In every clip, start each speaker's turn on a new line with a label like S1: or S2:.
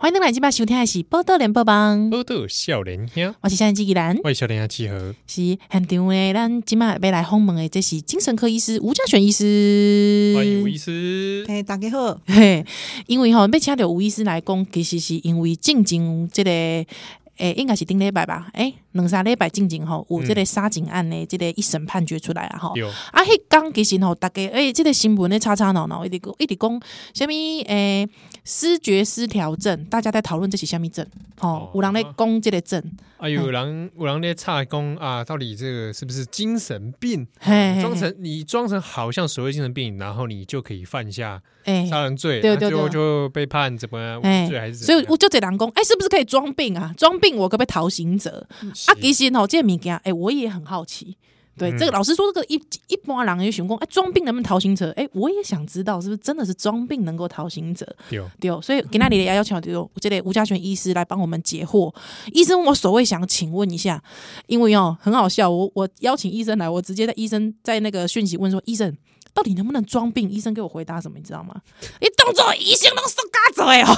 S1: 欢迎你来今晚收听的是《报道联播帮》，
S2: 报道少年兄，
S1: 我是夏志吉兰，
S2: 我是少年兄集合。
S1: 是现场的咱今晚要来访问的，这是精神科医师吴家璇医师，
S2: 欢迎吴医师。
S3: 嘿，大家好，
S1: 嘿，因为吼、被请到吴医师来讲，其实是因为进前这个诶、应该是顶礼拜吧，诶、两三礼拜进前吼，有这个杀警案的这个一审判决出来啊吼。
S2: 有
S1: 啊，迄工其实吼，大家诶、这个新闻咧吵吵闹闹，一直讲一直讲，什物诶、视觉失调症，大家在讨论这是什物症，吼、
S2: 哦
S1: 有人咧讲这个症，
S2: 啊，有人有人在差工啊，到底这个是不是精神病？
S1: 嘿嘿
S2: 装成你装成好像所谓精神病，然后你就可以犯下
S1: 诶。
S2: 杀人罪，
S1: 对
S2: 那
S1: 对
S2: 最后
S1: 对
S2: 就被判怎么样
S1: 哎
S2: 无罪还是怎
S1: 所
S2: 么
S1: 以
S2: 样？
S1: 我就这人讲，哎、是不是可以装病啊？装病我可不可以逃刑者？啊，其实吼，这个物件，哎、我也很好奇。对，
S2: 嗯
S1: 这个老师说，这个一一般人也想讲，哎、装病能不能逃行者？哎、我也想知道，是不是真的是装病能够逃行者？
S2: 有
S1: 对哦，所以今天你也邀请到这类吴家全医师来帮我们解惑。医生，我所谓想请问一下，因为哦很好笑，我我邀请医生来，我直接在医生在那个讯息问说，医生到底能不能装病？医生给我回答什么，你知道吗？你动作医生都是嘎子哎哦，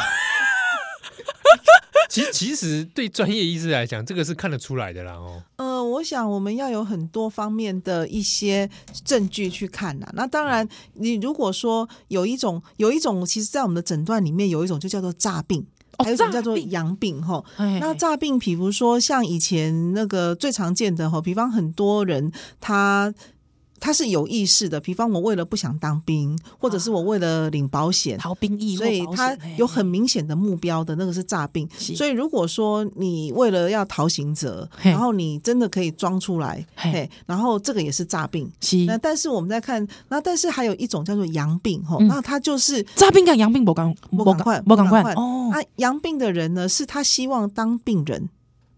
S2: 其实其实对专业医师来讲，这个是看得出来的啦哦。
S3: 呃，我想我们要有很多方面的一些证据去看呐、那当然，你如果说有一种有一种，其实，在我们的诊断里面有一种就叫做诈病，
S1: 哦
S3: 还有一种
S1: 诈
S3: 叫做
S1: 病
S3: 阳病哈。
S1: 哎
S3: 那诈病，比如说像以前那个最常见的哈，比方很多人他。他是有意识的，比方我为了不想当兵，或者
S1: 啊
S3: 是我为了领保险，
S1: 逃兵役或
S3: 所
S1: 保
S3: 以
S1: 险，哎
S3: 他
S1: 嘿
S3: 有很明显的目标的那个是诈病。
S1: 是
S3: 所以如果说你为了要逃刑者，
S1: 嘿
S3: 然后你真的可以装出来，
S1: 嘿
S3: 嘿，然后这个也是诈病。
S1: 哎是
S3: 那但是我们在看，那但是还有一种叫做阳病吼，
S1: 嗯
S3: 那他就是
S1: 诈病跟阳病不共
S3: 不
S1: 不
S3: 赶快
S1: 不共款
S3: 不赶快
S1: 哦
S3: 啊，阳病的人呢，是他希望当病人，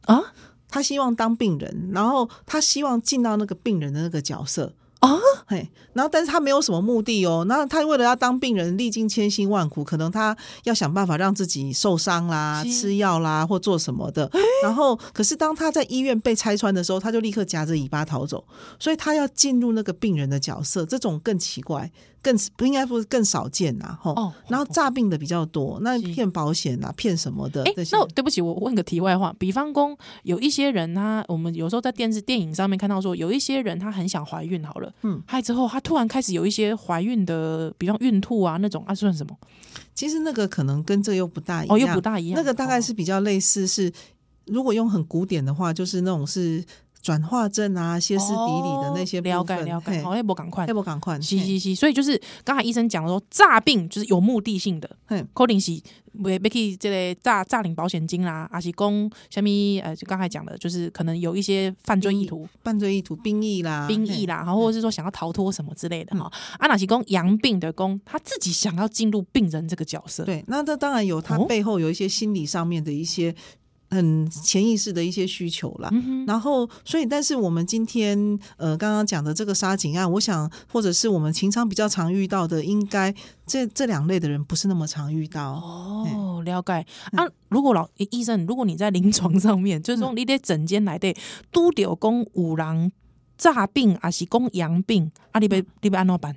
S3: 哦
S1: 啊
S3: 他希望当病人，然后他希望进到那个病人的那个角色。
S1: 啊
S3: 嘿，然后但是他没有什么目的哦。那他为了要当病人，历经千辛万苦，可能他要想办法让自己受伤啦、
S1: 是哎
S3: 吃药啦或做什么的。然后，可是当他在医院被拆穿的时候，他就立刻夹着尾巴逃走。所以他要进入那个病人的角色，这种更奇怪，更不应该不是更少见呐、吼。
S1: 哦
S3: 然后诈病的比较多，那
S1: 是
S3: 骗保险啊、骗什么的
S1: 哎、
S3: 这些
S1: 那我对不起，我问个题外话，比方说有一些人他，我们有时候在电视、电影上面看到说，有一些人他很想怀孕，好了，嗯
S3: 嗯，
S1: 嗨之后他突然开始有一些怀孕的，比方孕吐啊那种啊，算什么？
S3: 其实那个可能跟这又不大一样，
S1: 哦，又不大一样，
S3: 那个大概是比较类似是，如果用很古典的话，就是那种是转化症啊、歇斯底里的那些
S1: 哦
S3: 部
S1: 了解
S3: 分
S1: 了解，
S3: 嘿
S1: 好，要不赶快
S3: 要。不赶快？
S1: 是
S3: 嘿
S1: 是是，所以就是刚才医生讲的说，诈病就是有目的性的，
S3: 嗯
S1: 可能是为要去这个诈诈领保险金啦，还是讲什么呃，就刚才讲的，就是可能有一些犯罪意图，
S3: 犯罪意图、兵役啦、
S1: 兵役
S3: 啦，
S1: 啦，或者是说想要逃脱什么之
S3: 嗯
S1: 类的哈。啊阿纳西公阳病的公，他自己想要进入病人这个角色，
S3: 对，那这当然有它
S1: 哦
S3: 背后有一些心理上面的一些很潜意识的一些需求啦。
S1: 嗯哼，
S3: 然后，所以，但是我们今天呃刚刚讲的这个杀警案，我想，或者是我们平常比较常遇到的，应该这这两类的人不是那么常遇到。嗯
S1: 哦，了解啊。如果老诶医生，如果你在临床上面，就是
S3: 嗯
S1: 说你得整间来对都丢公五郎诈病，还是公阳病，啊，你
S3: 嗯
S1: 被你被安怎么办？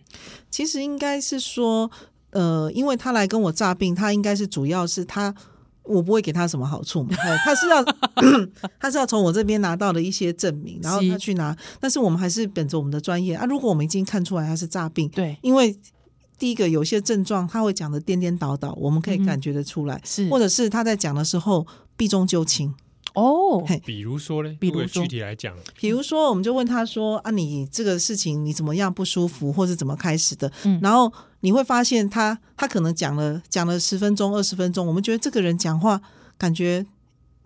S3: 其实应该是说，呃，因为他来跟我诈病，他应该是主要是他。我不会给他什么好处嘛，呃他是要 他是要从我这边拿到的一些证明，然后
S1: 是
S3: 他去拿。但是我们还是本着我们的专业啊，如果我们已经看出来他是诈病，
S1: 对，
S3: 因为第一个有些症状他会讲的颠颠倒倒，我们可以
S1: 嗯哼
S3: 感觉得出来，
S1: 是
S3: 或者是他在讲的时候避重就轻。
S1: 哦，
S3: 嘿
S2: 比如说呢，
S1: 比如
S2: 如果
S1: 说
S2: 具体来讲，
S3: 比如说，我们就问他说：“啊，你这个事情你怎么样不舒服，或是怎么开始的？”
S1: 嗯
S3: 然后你会发现他他可能讲了讲了十分钟、二十分钟，我们觉得这个人讲话感觉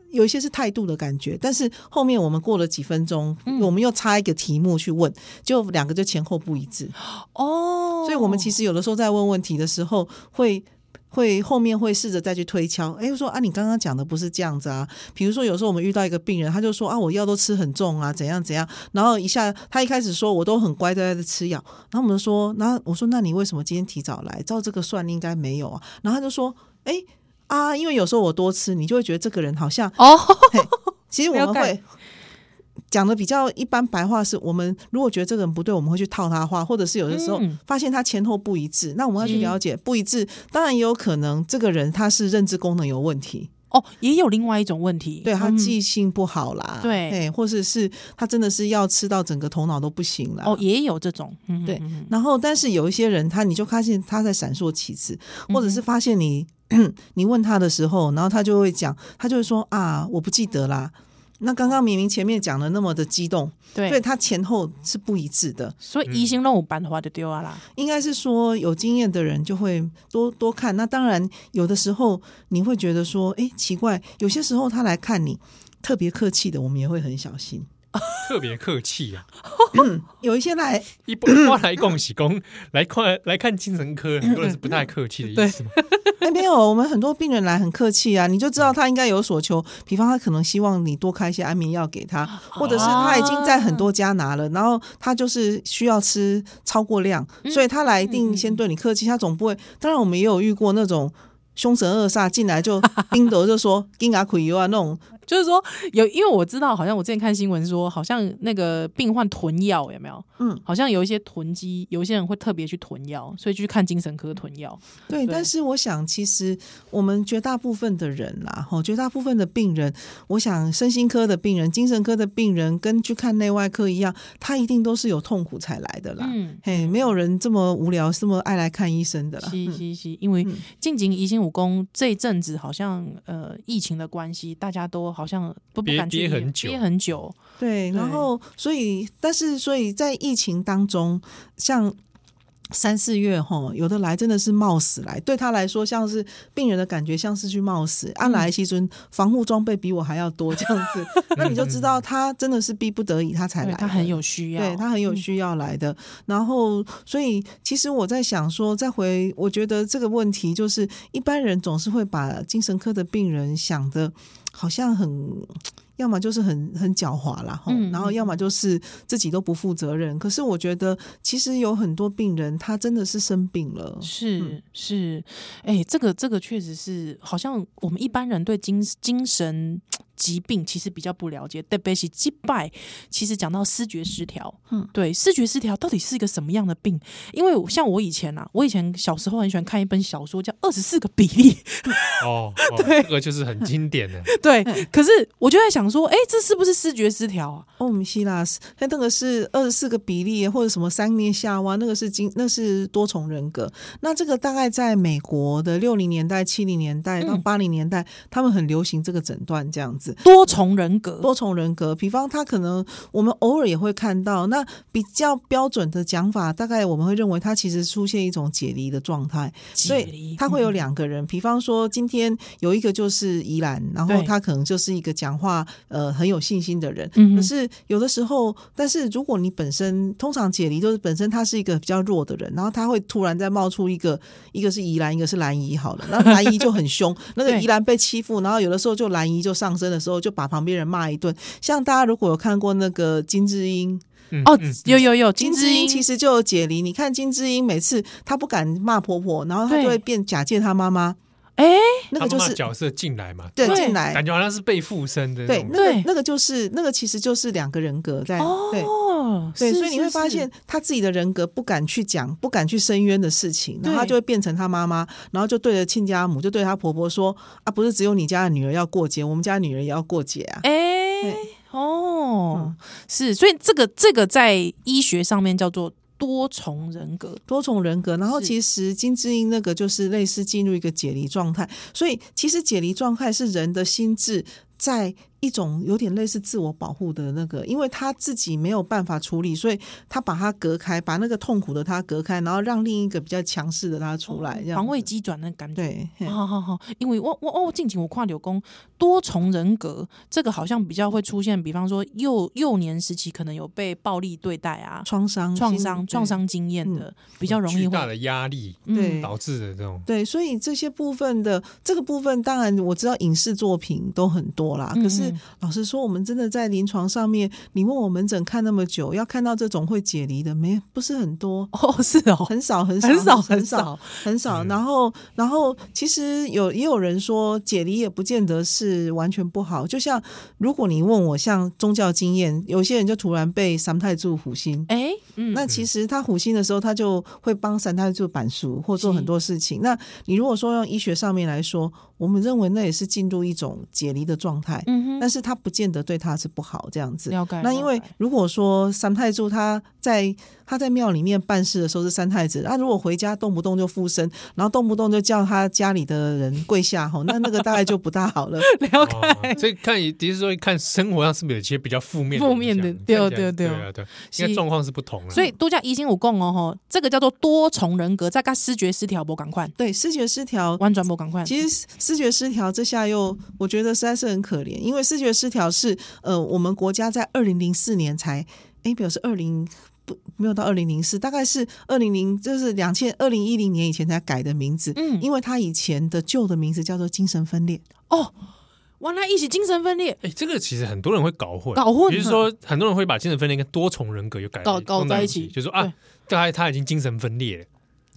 S3: 有一些是态度的感觉，但是后面我们过了几分钟，
S1: 嗯
S3: 我们又插一个题目去问，就两个就前后不一致。
S1: 哦，
S3: 所以我们其
S1: 实
S3: 实有的时候在问问题的时候会。会后面会试着再去推敲，哎，说啊，你刚刚讲的不是这样子啊。比如说，有时候我们遇到一个病人，他就说啊，我药都吃很重啊，怎样怎样。然后一下，他一开始说我都很乖乖的吃药，然后我们就说，然后我说那你为什么今天提早来？照这个算应该没有啊。然后他就说，哎啊，因为有时候我多吃，你就会觉得这个人好像，
S1: 哦，
S3: 其实我们
S1: 了解
S3: 会讲的比较一般白话，是我们如果觉得这个人不对，我们会去套他话，或者是有的时候
S1: 嗯
S3: 发现他前后不一致，那我们要去了解不一致。当然也有可能这个人他是认知功能有问题，
S1: 哦，也有另外一种问题，
S3: 对他
S1: 嗯
S3: 记性不好啦，
S1: 对
S3: 哎或者是他真的是要吃到整个头脑都不行了。
S1: 哦也有这种，嗯
S3: 啊对
S1: 嗯嗯
S3: 然后，但是有一些人，他你就发现他在闪烁其词，
S1: 嗯
S3: 或者是发现你、 你问他的时候，然后他就会讲，他就会说啊，我不记得啦。那刚刚明明前面讲的那么的激动，所以
S1: 对，
S3: 他前后是不一致的。
S1: 所以疑心让我办的话就丢啊啦，
S3: 应该是说有经验的人就会多多看。那当然，有的时候你会觉得说，哎，奇怪，有些时候他来看你特别客气的，我们也会很小心。
S2: 特别客气啊！
S3: 有一些来
S2: 一般来共喜公来看来看精神科，很多人是不太客气的意思嘛。
S3: 哎，没有，我们很多病人来很客气啊，你就知道他应该有所求。比方他可能希望你多开一些安眠药给他，或者是他已经在很多家拿了，然后他就是需要吃超过量，所以他来一定先对你客气，他总不会。当然，我们也有遇过那种。凶神恶煞进来就 冰德就说金牙苦油啊那种，
S1: 就是说有，因为我知道好像我之前看新闻说，好像那个病患囤药有没有？
S3: 嗯，
S1: 好像有一些囤积，有一些人会特别去囤药，所以去看精神科囤药。
S3: 对。
S1: 对
S3: 但是我想，其实我们绝大部分的人啦，吼，绝大部分的病人，我想身心科的病人、精神科的病人，跟去看内外科一样，他一定都是有痛苦才来的啦。
S1: 嗯，
S3: 嘿，没有人这么无聊，这么爱来看医生的啦。
S1: 是
S3: 嗯
S1: 是是，因为近景疑心武功这一阵子好像呃疫情的关系，大家都好像都不
S2: 憋
S1: 敢去
S2: 憋
S1: 医院
S2: 很久
S1: 憋很久。
S3: 对，然
S1: 对
S3: 后所以，但是所以在疫情当中，像三四月吼，有的来真的是冒死来，对他来说像是病人的感觉，像是去冒死。
S1: 嗯
S3: 按、来西尊防护装备比我还要多这样子， 那你就知道他真的是逼不得已他才
S1: 嗯对
S3: 来，
S1: 他很。有需要，嗯
S3: 对他很有需要来的。然后，所以其实我在想说，再回，我觉得这个问题就是，一般人总是会把精神科的病人想的好像很。要么就是很很狡猾啦，吼
S1: 嗯
S3: 然后要么就是自己都不负责任。可是我觉得，其实有很多病人他真的是生病了，
S1: 是
S3: 嗯
S1: 是，哎、这个这个确实是，好像我们一般人对精精神疾病其实比较不了解，特别是击败，其实讲到视觉失调，
S3: 嗯
S1: 对，视觉失调到底是一个什么样的病？因为我像我以前啊，我以前小时候很喜欢看一本小说叫《二十四个比例》，
S2: 哦，哦这个就是很经典的，
S1: 对，
S3: 嗯
S1: 可是我就在想说，哎、这是不是视觉失调啊？
S3: 哦，我们希腊是，那那个是二十四个比例或者什么三面下弯，那个是精，那是多重人格。那这个大概在美国的六零年代、七零年代到
S1: 嗯
S3: 八零年代，他们很流行这个诊断这样子。
S1: 多重人格，
S3: 多重人格，比方他可能我们偶尔也会看到，那比较标准的讲法，大概我们会认为他其实出现一种解离的状态，所
S1: 解
S3: 以
S1: 离嗯
S3: 他会有两个人。比方说，今天有一个就是宜兰，然后
S1: 对
S3: 他可能就是一个讲话呃很有信心的人，
S1: 嗯哼
S3: 可是有的时候，但是如果你本身通常解离就是本身他是一个比较弱的人，然后他会突然再冒出一个，一个是宜兰，一个是蓝姨，好了，那蓝姨就很凶，那个
S1: 对
S3: 宜兰被欺负，然后有的时候就蓝姨就上身的时候就把旁边人骂一顿。像大家如果有看过那个金智英，
S2: 嗯
S1: 哦
S2: 嗯，
S1: 有有有
S3: 金
S1: 金
S3: 智
S1: 枝
S3: 英
S1: 英，
S3: 其实就有解离。你看金智英每次她不敢骂婆婆，然后她
S1: 对
S3: 就会变假借她妈妈，
S1: 哎、
S3: 那
S2: 他
S3: 个就
S2: 们把
S3: 是
S2: 角色进来嘛，
S3: 对
S1: 对
S3: 进来
S2: 感。觉好像是被附身的那
S3: 对，
S2: 种
S3: 那个
S1: 对
S3: 那个就是那个，其实就是两个人格在、对，
S1: 哦，
S3: 对，
S1: 是
S3: 所以你
S1: 是
S3: 会发
S1: 是
S3: 现他自己的人格不敢去讲，不敢去申冤的事情，然后他
S1: 对
S3: 就会变成他妈妈，然后就对着亲家母，就对他婆婆说：“啊，不是只有你家的女儿要过节，我们家的女儿也要过节 啊。
S1: 哎、
S3: 嗯
S1: 哦，是，所以这个这个在医学上面叫做多重人格，
S3: 多重人格，然后
S1: 是
S3: 其实金智英那个就是类似进入一个解离状态，所以其实解离状态是人的心智在一种有点类似自我保护的那个，因为他自己没有办法处理，所以他把它隔开，把那个痛苦的他隔开，然后让另一个比较强势的他出来，这样
S1: 哦防卫
S3: 子
S1: 机转的感觉。
S3: 对。嘿
S1: 好好好，因为我我哦，近期我跨柳工多重人格，这个好像比较会出现，比方说幼幼年时期可能有被暴力对待啊、
S3: 创伤、
S1: 创
S3: 心
S1: 伤、
S3: 对嗯
S1: 创伤经验的，比较容易
S2: 巨大
S1: 会
S2: 的压力
S1: 嗯
S3: 对
S2: 导致的这种。
S3: 对，所以这些部分的这个部分，当然我知道影视作品都很多啦，
S1: 嗯
S3: 啊可是是老实说，我们真的在临床上面，你问我门诊看那么久，要看到这种会解离的，没不是很多。
S1: 哦，是哦，
S3: 很少，很少，
S1: 很少
S3: 很
S1: 很少
S3: 少，很少。
S2: 嗯
S3: 然后，然后，其实有也有人说，解离也不见得是完全不好。就像如果你问我，像宗教经验，有些人就突然被三太柱虎心，
S1: 哎，嗯，
S3: 那其实他虎心的时候，他就会帮三太做板书或做
S1: 是
S3: 很多事情。那你如果说用医学上面来说，我们认为那也是进入一种解离的状态，
S1: 嗯哼，
S3: 但是他不见得对他是不好这样子。
S1: 了解。
S3: 那因为
S1: 了解
S3: 如果说三太柱他在他在庙里面办事的时候是三太子，那啊如果回家动不动就附身，然后动不动就叫他家里的人跪下吼，那那个大概就不大 好了。
S1: 了解，
S2: 哦所以看，的确说看生活上是不是有一些比较负 面
S1: 负面的
S2: 影响
S1: 对
S2: 看起
S1: 对
S2: 来
S1: 对
S2: 对啊对，应该
S1: 是
S2: 状况是不同啊
S3: 嗯
S2: 了。
S1: 所以度假疑心有讲哦吼，这个叫做多重人格，再跟视觉失调不赶快，
S3: 对，视觉失调
S1: 完全不赶快。
S3: 其实视觉失调这下又，我觉得实在是很可怜，因为视觉失调是呃，我们国家在二零零四年才，哎，表示二零不没有到二零零四，大概是二零零就是两千二零一零年以前才改的名字，
S1: 嗯
S3: 因为它以前的旧的名字叫做精神分裂，
S1: 哦，原来一起精神分裂，
S2: 哎，这个其实很多人会搞混，
S1: 搞混嗯
S2: 比如说很多人会把精神分裂跟多重人格又改
S1: 搞搞
S2: 弄在
S1: 在一
S2: 一
S1: 起
S2: 就说啊，他他已经精神分裂了，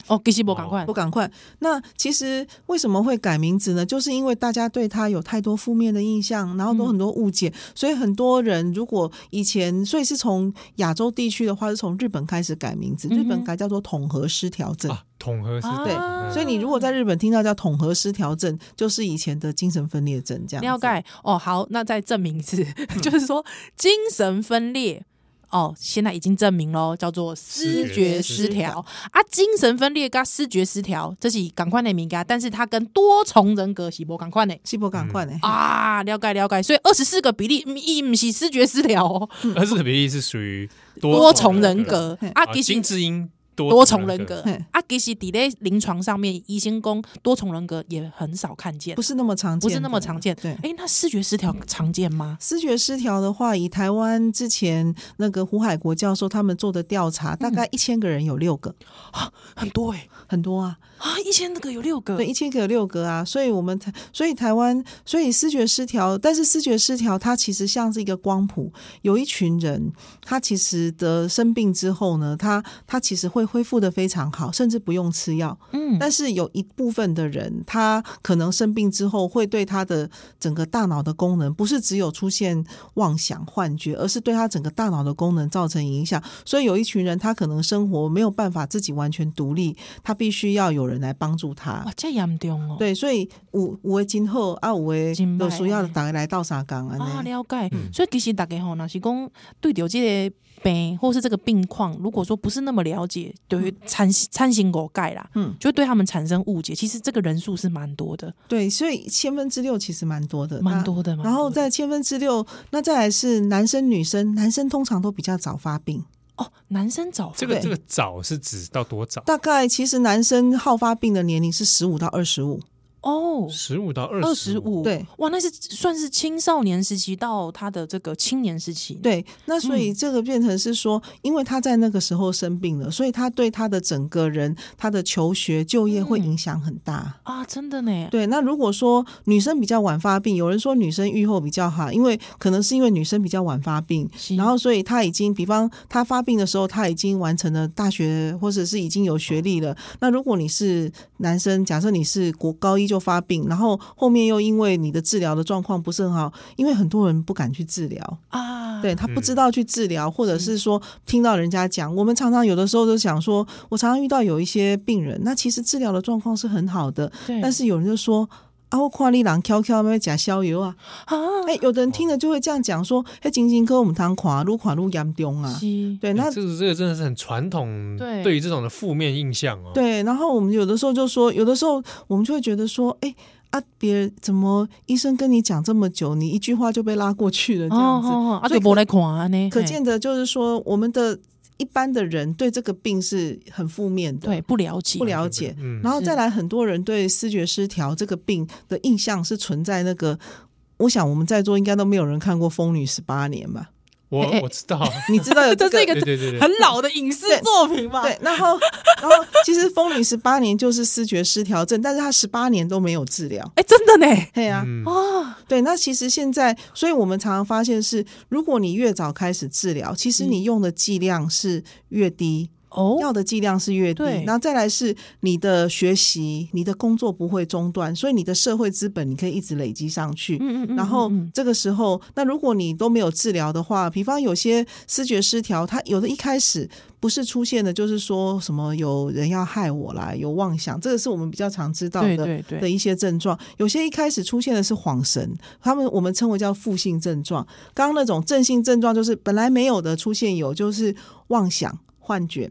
S1: 哦，其实不赶快
S3: 不，赶快。那其实为什么会改名字呢？就是因为大家对他有太多负面的印象，然后
S1: 嗯
S3: 都很多误解，所以很多人如果以前，所以是从亚洲地区的话，是从日本开始改名字，
S1: 嗯哼
S3: 日本改叫做统合失调症。
S2: 啊，统合是
S1: 啊
S3: 对所以你如果在日本听到叫统合失调症，就是以前的精神分裂症这样子。
S1: 了解哦，好，那再证明一次，
S3: 嗯
S1: 就是说精神分裂。哦，现在已经证明喽，叫做视
S2: 视
S1: 觉
S2: 觉
S1: 失
S3: 失
S1: 调
S3: 调
S1: 啊，精神分裂跟视觉失调，这是赶快的名家，但是它跟多重人格是不赶快的
S3: 西伯赶快呢？
S1: 啊，了解了解，所以二十四个比例，嗯伊唔是视觉失调哦，
S2: 而是比例是属于
S1: 多
S2: 多
S1: 重人
S2: 格
S1: 格
S3: 嘿
S1: 啊，
S2: 啊，
S1: 其实
S2: 金智英
S1: 多
S2: 多
S1: 重
S2: 重
S1: 人
S2: 人
S1: 格
S2: 格，
S3: 嘿
S1: 啊，其实底在临床上面，医生工多重人格也很少看见
S3: 不，是那么常见，
S1: 不是那么常见。
S3: 对。
S1: 哎，那视觉失调常见吗？
S3: 视觉失调的话，以台湾之前那个胡海国教授他们做的调查，
S1: 嗯
S3: 大概一千个人有六个，
S1: 很多哎、
S3: 很多啊。
S1: 啊，一千那个有六个，
S3: 对，一千个有六个啊，所以我们台，所以台湾，所以视觉失调，但是视觉失调它其实像是一个光谱，有一群人，他其实得生病之后呢，他他其实会恢复的非常好，甚至不用吃药，
S1: 嗯，
S3: 但是有一部分的人，他可能生病之后会对他的整个大脑的功能，不是只有出现妄想、幻觉，而是对他整个大脑的功能造成影响。所以有一群人，他可能生活没有办法自己完全独立，他必须要有人来帮助他
S1: 哇，。这严重哦。
S3: 对，所以五五位今后啊，五位
S1: 真歹
S3: 有需要打来到啥岗
S1: 啊，
S3: 啊？
S1: 了解。
S2: 嗯
S1: 所以其实大家吼，那是讲对着这个病或是这个病况，如果说不是那么了解，对于产产生误解啦，
S3: 嗯，
S1: 就会对他们产生误解。其实这个人数是蛮多的，
S3: 对，所以千分之六其实蛮多的，
S1: 蛮
S3: 那
S1: 多的嘛。
S3: 然后
S1: 蛮多的
S3: 在千分之六，那再来是男生女生，男生通常都比较早发病，
S1: 哦，男生早
S2: 这个
S3: 对
S2: 这个早是指到多早？
S3: 大概其实男生好发病的年龄是十五到二十五，
S1: 哦，
S2: 十五到
S1: 二
S2: 二
S1: 十
S2: 十
S1: 五，
S3: 对，
S1: 哇，那是算是青少年时期到他的这个青年时期，，
S3: 对，那所
S1: 嗯
S3: 以这个变成是说，因为他在那个时候生病了，所以他对他的整个人、他的求学、就业
S1: 嗯
S3: 会影响很大。
S1: 啊，真的呢，
S3: 对，那如果说女生比较晚发病，有人说女生愈后比较好，因为可能是因为女生比较晚发病，
S1: 是
S3: 然后所以她已经，比方她发病的时候，她已经完成了大学或者是已经有学历了。那如果你是男生，假设你是国高一就发病，然后后面又因为你的治疗的状况不是很好，因为很多人不敢去治疗，
S1: 啊，
S3: 对他不知道去治疗，或者是说听到人家讲，我们常常有的时候就想说，我常常遇到有一些病人，那其实治疗的状况是很好的，
S1: 对，
S3: 但是有人就说。啊，我看你人翘翘，要假逍遥啊！
S1: 啊，
S3: 哎、有的人听了就会这样讲说：“哎，金星哥，我们堂垮路垮路严重啊！”
S1: 是，
S3: 对，
S2: 欸
S3: 那
S2: 这个这个真的是很传统，
S1: 对
S2: 对于这种的负面印象哦。
S3: 对，然后我们有的时候就说，有的时候我们就会觉得说，哎啊，别人怎么医生跟你讲这么久，你一句话就被拉过去了这样子，
S1: 哦，啊，
S3: 所
S1: 就
S3: 以
S1: 无来看啊呢，
S3: 可
S1: 嘿
S3: 见的就是说，我们的一般的人对这个病是很负面的，
S1: 对不了解，
S3: 不了解。
S2: 嗯
S3: 然后再来，很多人对视觉失调这个病的印象是存在那个，我想我们在座应该都没有人看过《疯女十八年》吧？
S1: 哎哎
S2: 我我知道，
S3: 你知道有
S1: 这
S3: 这
S1: 是一
S3: 个
S1: 个
S2: 呃对对对对
S1: 很老的影视作品嘛？
S3: 对，然后然后其实风铃十八年就是视觉失调症，但是他十八年都没有治疗。
S1: 哎，真的呢，
S3: 对啊，
S2: 嗯
S1: 啊，
S3: 对，那其实现在，所以我们常常发现是，如果你越早开始治疗，其
S1: 嗯
S3: 实你用的剂量是越低，
S1: 哦，
S3: 药的剂量是越低
S1: 对。
S3: 那再来是你的学习、你的工作不会中断，所以你的社会资本你可以一直累积上去。
S1: 嗯嗯嗯，
S3: 然后
S1: 嗯嗯
S3: 这个时候，那如果你都没有治疗的话，比方有些视觉失调，它有的一开始不是出现的，就是说什么有人要害我啦，有妄想，这个是我们比较常知道
S1: 对
S3: 的。
S1: 对对
S3: 的，一些症状，有些一开始出现的是恍神，他们我们称为叫负性症状。刚刚那种正性症状就是本来没有的出现有，就是妄想、幻觉。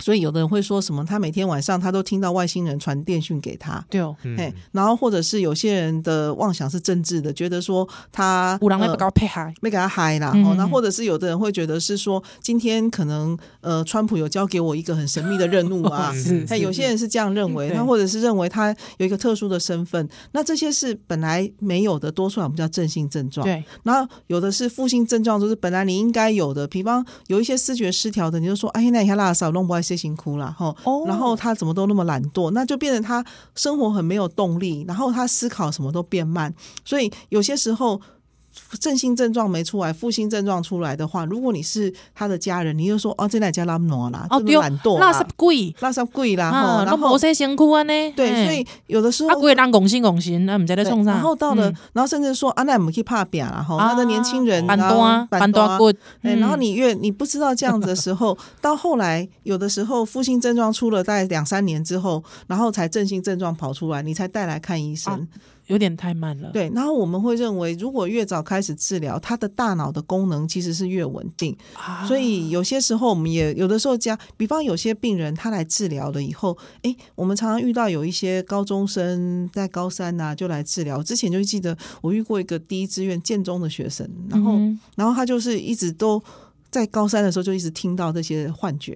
S3: 所以有的人会说什么，他每天晚上他都听到外星人传电讯给他，
S1: 对哦，
S2: 嗯
S3: 嘿，然后或者是有些人的妄想是政治的，觉得说他
S1: 五郎那
S3: 呃
S1: 不搞配合，
S3: 没给他嗨啦，
S1: 嗯
S3: 哦，那
S1: 嗯
S3: 或者是有的人会觉得是说，今天可能呃，川普有交给我一个很神秘的任务 啊，
S2: 嗯
S1: 是，
S3: 哎，
S1: 是嗯
S3: 有些人是这样认为，
S1: 对
S3: 他或者是认为他有一个特殊的身份，那这些是本来没有的，多出来我们叫正性症状。
S1: 对，
S3: 然后有的是负性症状，就是本来你应该有的，比方有一些视觉失调的，你就说哎，那一下拉少弄不爱谁辛苦啦，吼。
S1: 哦
S3: 然后他怎么都那么懒惰，那就变成他生活很没有动力，然后他思考什么都变慢，所以有些时候正性症状没出来，负性症状出来的话，如果你是他的家人，你就说哦，这哪家拉姆啦，
S1: 哦
S3: 这
S1: 对
S3: 么懒惰啊
S1: 那
S3: 啦，
S1: 是贵
S3: 垃圾贵啦，吼
S1: 啊，
S3: 然
S1: 那
S3: 后
S1: 无些辛苦啊呢，
S3: 对，
S1: 嘿
S3: 所以有的时候
S1: 啊，贵人拱心拱心，那唔知在
S3: 对
S1: 冲啥，
S3: 然后到了
S1: 嗯，
S3: 然后甚至说啊，那我们去怕扁啦，吼，那个年轻人
S1: 板
S3: 然后
S1: 多啊，板
S3: 板
S1: 多
S3: 啊
S1: 骨，
S3: 哎，
S1: 嗯
S3: 然后你越你不知道这样子的 时候，到后来有的时候负性症状出了大概两三年之后，然后才正性症状跑出来，你才带来看医生。
S1: 有点太慢了，
S3: 对，然后我们会认为，如果越早开始治疗，他的大脑的功能其实是越稳定。
S1: 啊，
S3: 所以有些时候我们也有的时候加，比方有些病人他来治疗了以后，诶，我们常常遇到有一些高中生在高三呐、就来治疗。我之前就记得我遇过一个第一志愿建中的学生，然后、
S1: 嗯
S3: 然后他就是一直都。在高三的时候就一直听到这些幻觉，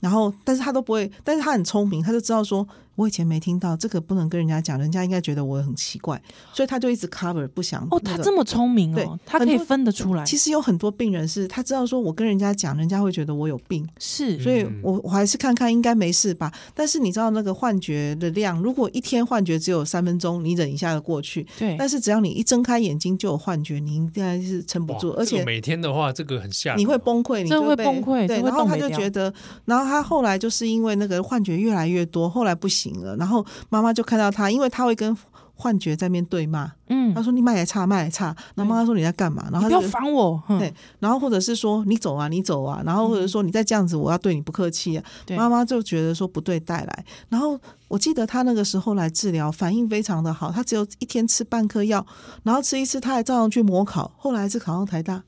S3: 然后但是他都不会，但是他很聪明，他就知道说，我以前没听到这个，不能跟人家讲，人家应该觉得我很奇怪，所以他就一直 cover 不想、
S1: 哦，
S3: 那
S1: 他
S3: 个
S1: 这么聪明
S3: 对
S1: 哦，他可
S3: 很
S1: 以
S3: 多
S1: 分得出来，
S3: 其实有很多病人是他知道说我跟人家讲，人家会觉得我有病，
S1: 是
S2: 嗯
S3: 所以我我还是看看应该没事吧。但是你知道那个幻觉的量，如果一天幻觉只有三分钟，你忍一下就过去。
S1: 对，
S3: 但是只要你一睁开眼睛就有幻觉，你应该是撑不
S2: 哇
S3: 住，而
S2: 这个
S3: 且
S2: 每天的话，这个很吓人哦，
S3: 你会崩溃，你
S1: 这
S3: 就
S1: 会
S3: 被
S1: 崩溃
S3: 对，
S1: 这会
S3: 然后他
S1: 动
S3: 就
S1: 没
S3: 觉得，然后他后来就是因为那个幻觉越来越多，后来不行了，然后妈妈就看到他，因为他会跟幻觉在面对骂，
S1: 嗯
S3: 他，说你卖也差，卖也差，然后妈妈说你在干嘛，然
S1: 你不
S3: 后他
S1: 要
S3: 就
S1: 烦我，哼
S3: 对然后或者是说你走啊，你走啊，然后或者说你再这样子，我要对你不客气啊。
S1: 对
S3: 妈妈就觉得说不对带来，然后我记得他那个时候来治疗，反应非常的好，他只有一天吃半颗药，然后吃一次他还照样去模考，后来还是考上台大。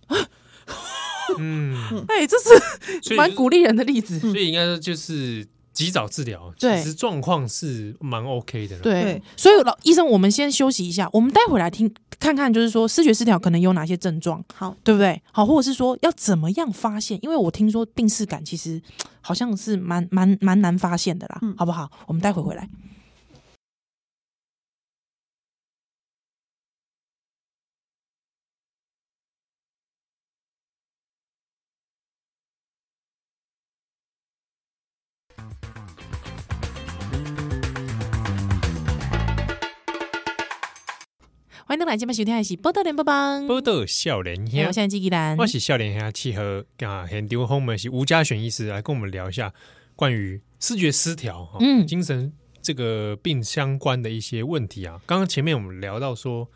S2: 嗯，
S1: 哎，这是
S2: 所以
S1: 蛮鼓励人的例子，
S3: 嗯
S2: 所以应该说就是及早治疗，
S1: 对
S2: 其实状况是蛮 OK 的啦。
S1: 对
S3: 对，
S1: 所以老医生，我们先休息一下，我们待会来听看看，就是说视觉失调可能有哪些症状，
S3: 好，
S1: 对不对？好，或者是说要怎么样发现？因为我听说病视感其实好像是蛮蛮蛮难发现的啦，
S3: 嗯
S1: 好不好？我们待会回来。欢迎回来今晚收听的是《波特连波邦》，
S2: 波豆笑脸
S1: 哎
S2: 兄
S1: 我，现在记忆兰
S2: 我，是笑脸兄契合啊，很丢后面是吴家璇医师来跟我们聊一下关于视觉失调哈，
S1: 嗯
S2: 精神这个病相关的一些问题啊。刚刚前面我们聊到说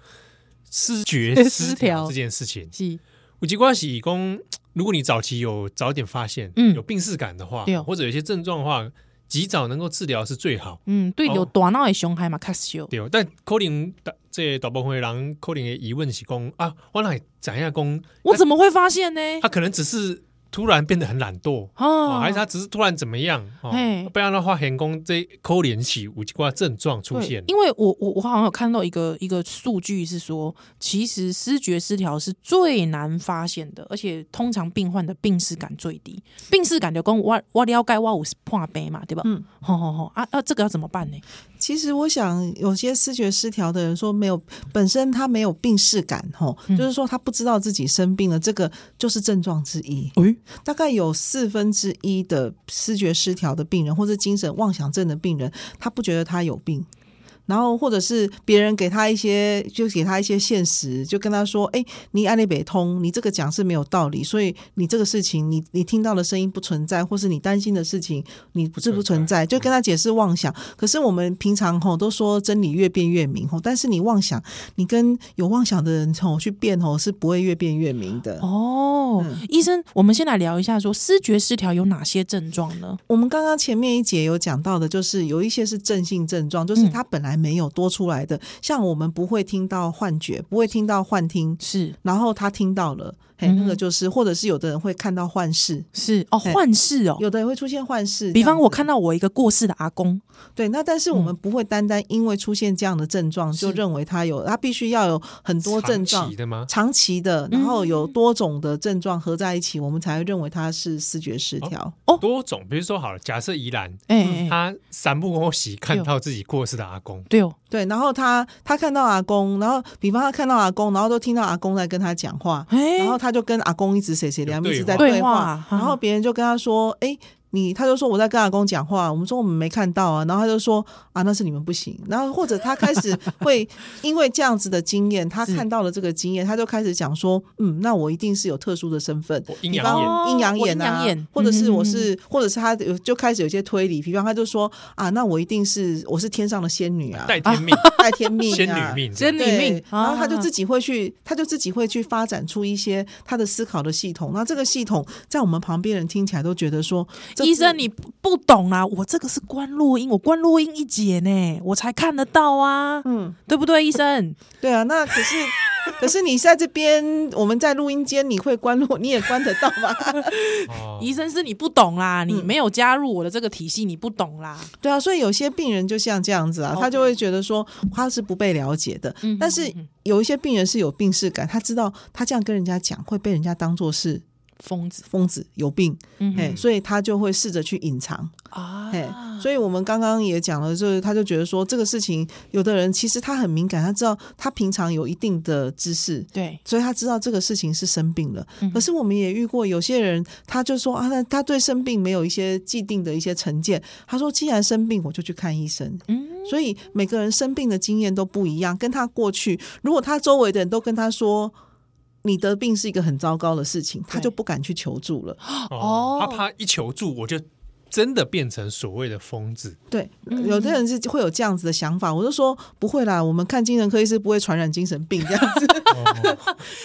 S2: 视觉
S1: 失
S2: 失
S1: 调
S2: 调这件事情，
S1: 是
S2: 我记瓜喜公，如果你早期有早点发现，
S1: 嗯
S2: 有病视感的话
S1: 对哦，
S2: 或者有一些症状的话，及早能够治疗是最好。
S1: 嗯，对，
S2: 哦
S1: 有大脑的伤害嘛，卡修，
S2: 对哦，但可能大这大部分人可能的疑问是讲啊，我哪会知影讲？
S1: 我怎么会发现呢？
S2: 他可能只是突然变得很懒惰。
S1: 哦
S2: 哦，还是他只是突然怎么样？哦
S1: 嘿，
S2: 不然的话，员工这扣连起五七卦症状出
S1: 对
S2: 现，
S1: 因为我我我好像有看到一个一个数据是说，其实失觉失调是最难发现的，而且通常病患的病视感最低。病视感就跟我我了解我有破病嘛，对吧？
S3: 嗯，
S1: 吼吼吼啊啊，这个要怎么办呢？
S3: 其实我想，有些视觉失调的人说没有，本身他没有病视感，吼、
S1: 嗯
S3: 就是说他不知道自己生病了，这个就是症状之一。
S1: 诶
S3: 大概有四分之一的视觉失调的病人，或是精神妄想症的病人，他不觉得他有病。然后，或者是别人给他一些，就给他一些现实，就跟他说：“哎，你安利北通，你这个讲是没有道理，所以你这个事情，你你听到的声音不存在，或是你担心的事情，你不是不存在，就跟他解释妄想。可是我们平常吼都说真理越辩越明吼，但是你妄想，你跟有妄想的人吼去辩吼是不会越辩越明的。
S1: 哦，
S3: 嗯
S1: 医生，我们先来聊一下说失觉失调有哪些症状呢？
S3: 我们刚刚前面一节有讲到的，就是有一些是正性症状，就是
S1: 嗯
S3: 他本来没有多出来的，像我们不会听到幻觉，不会听到幻听，
S1: 是
S3: 然后他听到了，嘿，
S1: 嗯哼
S3: 那个就是，或者是有的人会看到幻视，
S1: 是哦，
S3: 哎
S1: 幻视哦。
S3: 有的人会出现幻视。
S1: 比方我看
S3: 到
S1: 到我一个过世的阿公，
S3: 对，那但是我们
S1: 嗯
S3: 不会单单因为出现这样的症状
S1: 是
S3: 就认为他有，他必须要有很多症
S2: 长
S3: 状
S2: 期。的吗？
S3: 长期的，然后
S1: 嗯
S3: 有多种的症状合在一起，我们才会认为他是视觉失
S2: 哦
S3: 调。
S2: 多种，比如说好了，假设宜兰，
S1: 哎、哎哎
S2: 他三不五时看到自己过世的阿公，
S1: 对哦，
S3: 对，然后他他看到阿公，然后比方他看到阿公，然后都听到阿公在跟他讲话，
S1: 哎、
S3: 然后他就跟阿公一直谁谁
S2: 有
S3: 两
S2: 对
S3: 一直在
S2: 话
S3: 对
S1: 对
S3: 话
S1: 话，
S3: 然后别人就跟他说：“哎、你。”他就说我在跟阿公讲话，我们说我们没看到啊，然后他就说啊，那是你们不行。然后或者他开 始会因为这样子的经验，他
S1: 是
S3: 看到了这个经验，他就开始讲说：“嗯，那我一定是有特殊的身份。”
S2: 我阴
S3: 比
S2: 阳眼，
S1: 哦
S3: 方阴阳
S1: 我
S3: 眼
S1: 阴
S3: 啊，
S1: 阳眼
S3: 或者是
S1: 嗯
S3: 我是，或者是他有就开始有一些推理，比方他就说啊，那我一定是我是天上的仙女啊，
S2: 带天命，
S3: 拜天命、啊、
S2: 仙女命，
S1: 仙女
S3: 对
S1: 命啊
S3: 然啊后他就自
S1: 己
S3: 己会去，他就自己会去发展出一些他的思考的系统。那这个系统在我们旁边人听起来都觉得说，这
S1: 医
S3: 不
S1: 生你不不懂啦、我这个是观落音，我观落音一解呢，我才看得到啊，
S3: 嗯，
S1: 对不对，医生？
S3: 对啊，那可是。 可是你在这边，我们在录音间，你会关录， 你也关得到 吗？
S2: 哦
S1: 医生是你不懂啦，你
S3: 嗯
S1: 没有加入我的这个体系，你不懂啦。
S3: 对啊，所以有些病人就像这样子啊，
S1: OK
S3: 他就会觉得说他是不被了解的。
S1: 哦嗯
S3: 但是
S1: 嗯嗯
S3: 有一些病人是有病视感，他知道他这样跟人家讲会被人家当做是
S1: 疯子，
S3: 疯子、有病，
S1: 嗯
S3: 哎、所以他就会试着去隐藏。
S1: 啊
S3: 嘿，所以我们刚刚也讲了，就是他就觉得说这个事情，有的人其实他很敏感，他知道他平常有一定的知识。
S1: 对，
S3: 所以他知道这个事情是生病了，
S1: 嗯
S3: 可是我们也遇过有些人，他就说啊，那他对生病没有一些既定的一些成见。他说，既然生病，我就去看医生。
S1: 嗯，
S3: 所以每个人生病的经验都不一样，跟他过去，如果他周围的人都跟他说你得病是一个很糟糕的事情，他
S1: 对
S3: 就不敢去求助了。
S2: 哦
S1: 哦，
S2: 他怕一求助，我就真的变成所谓 的疯子，
S3: 对，
S1: 嗯
S3: 有的人是会有这样子的想法，我就说不会啦，我们看精神科医师不会传染精神病这样子。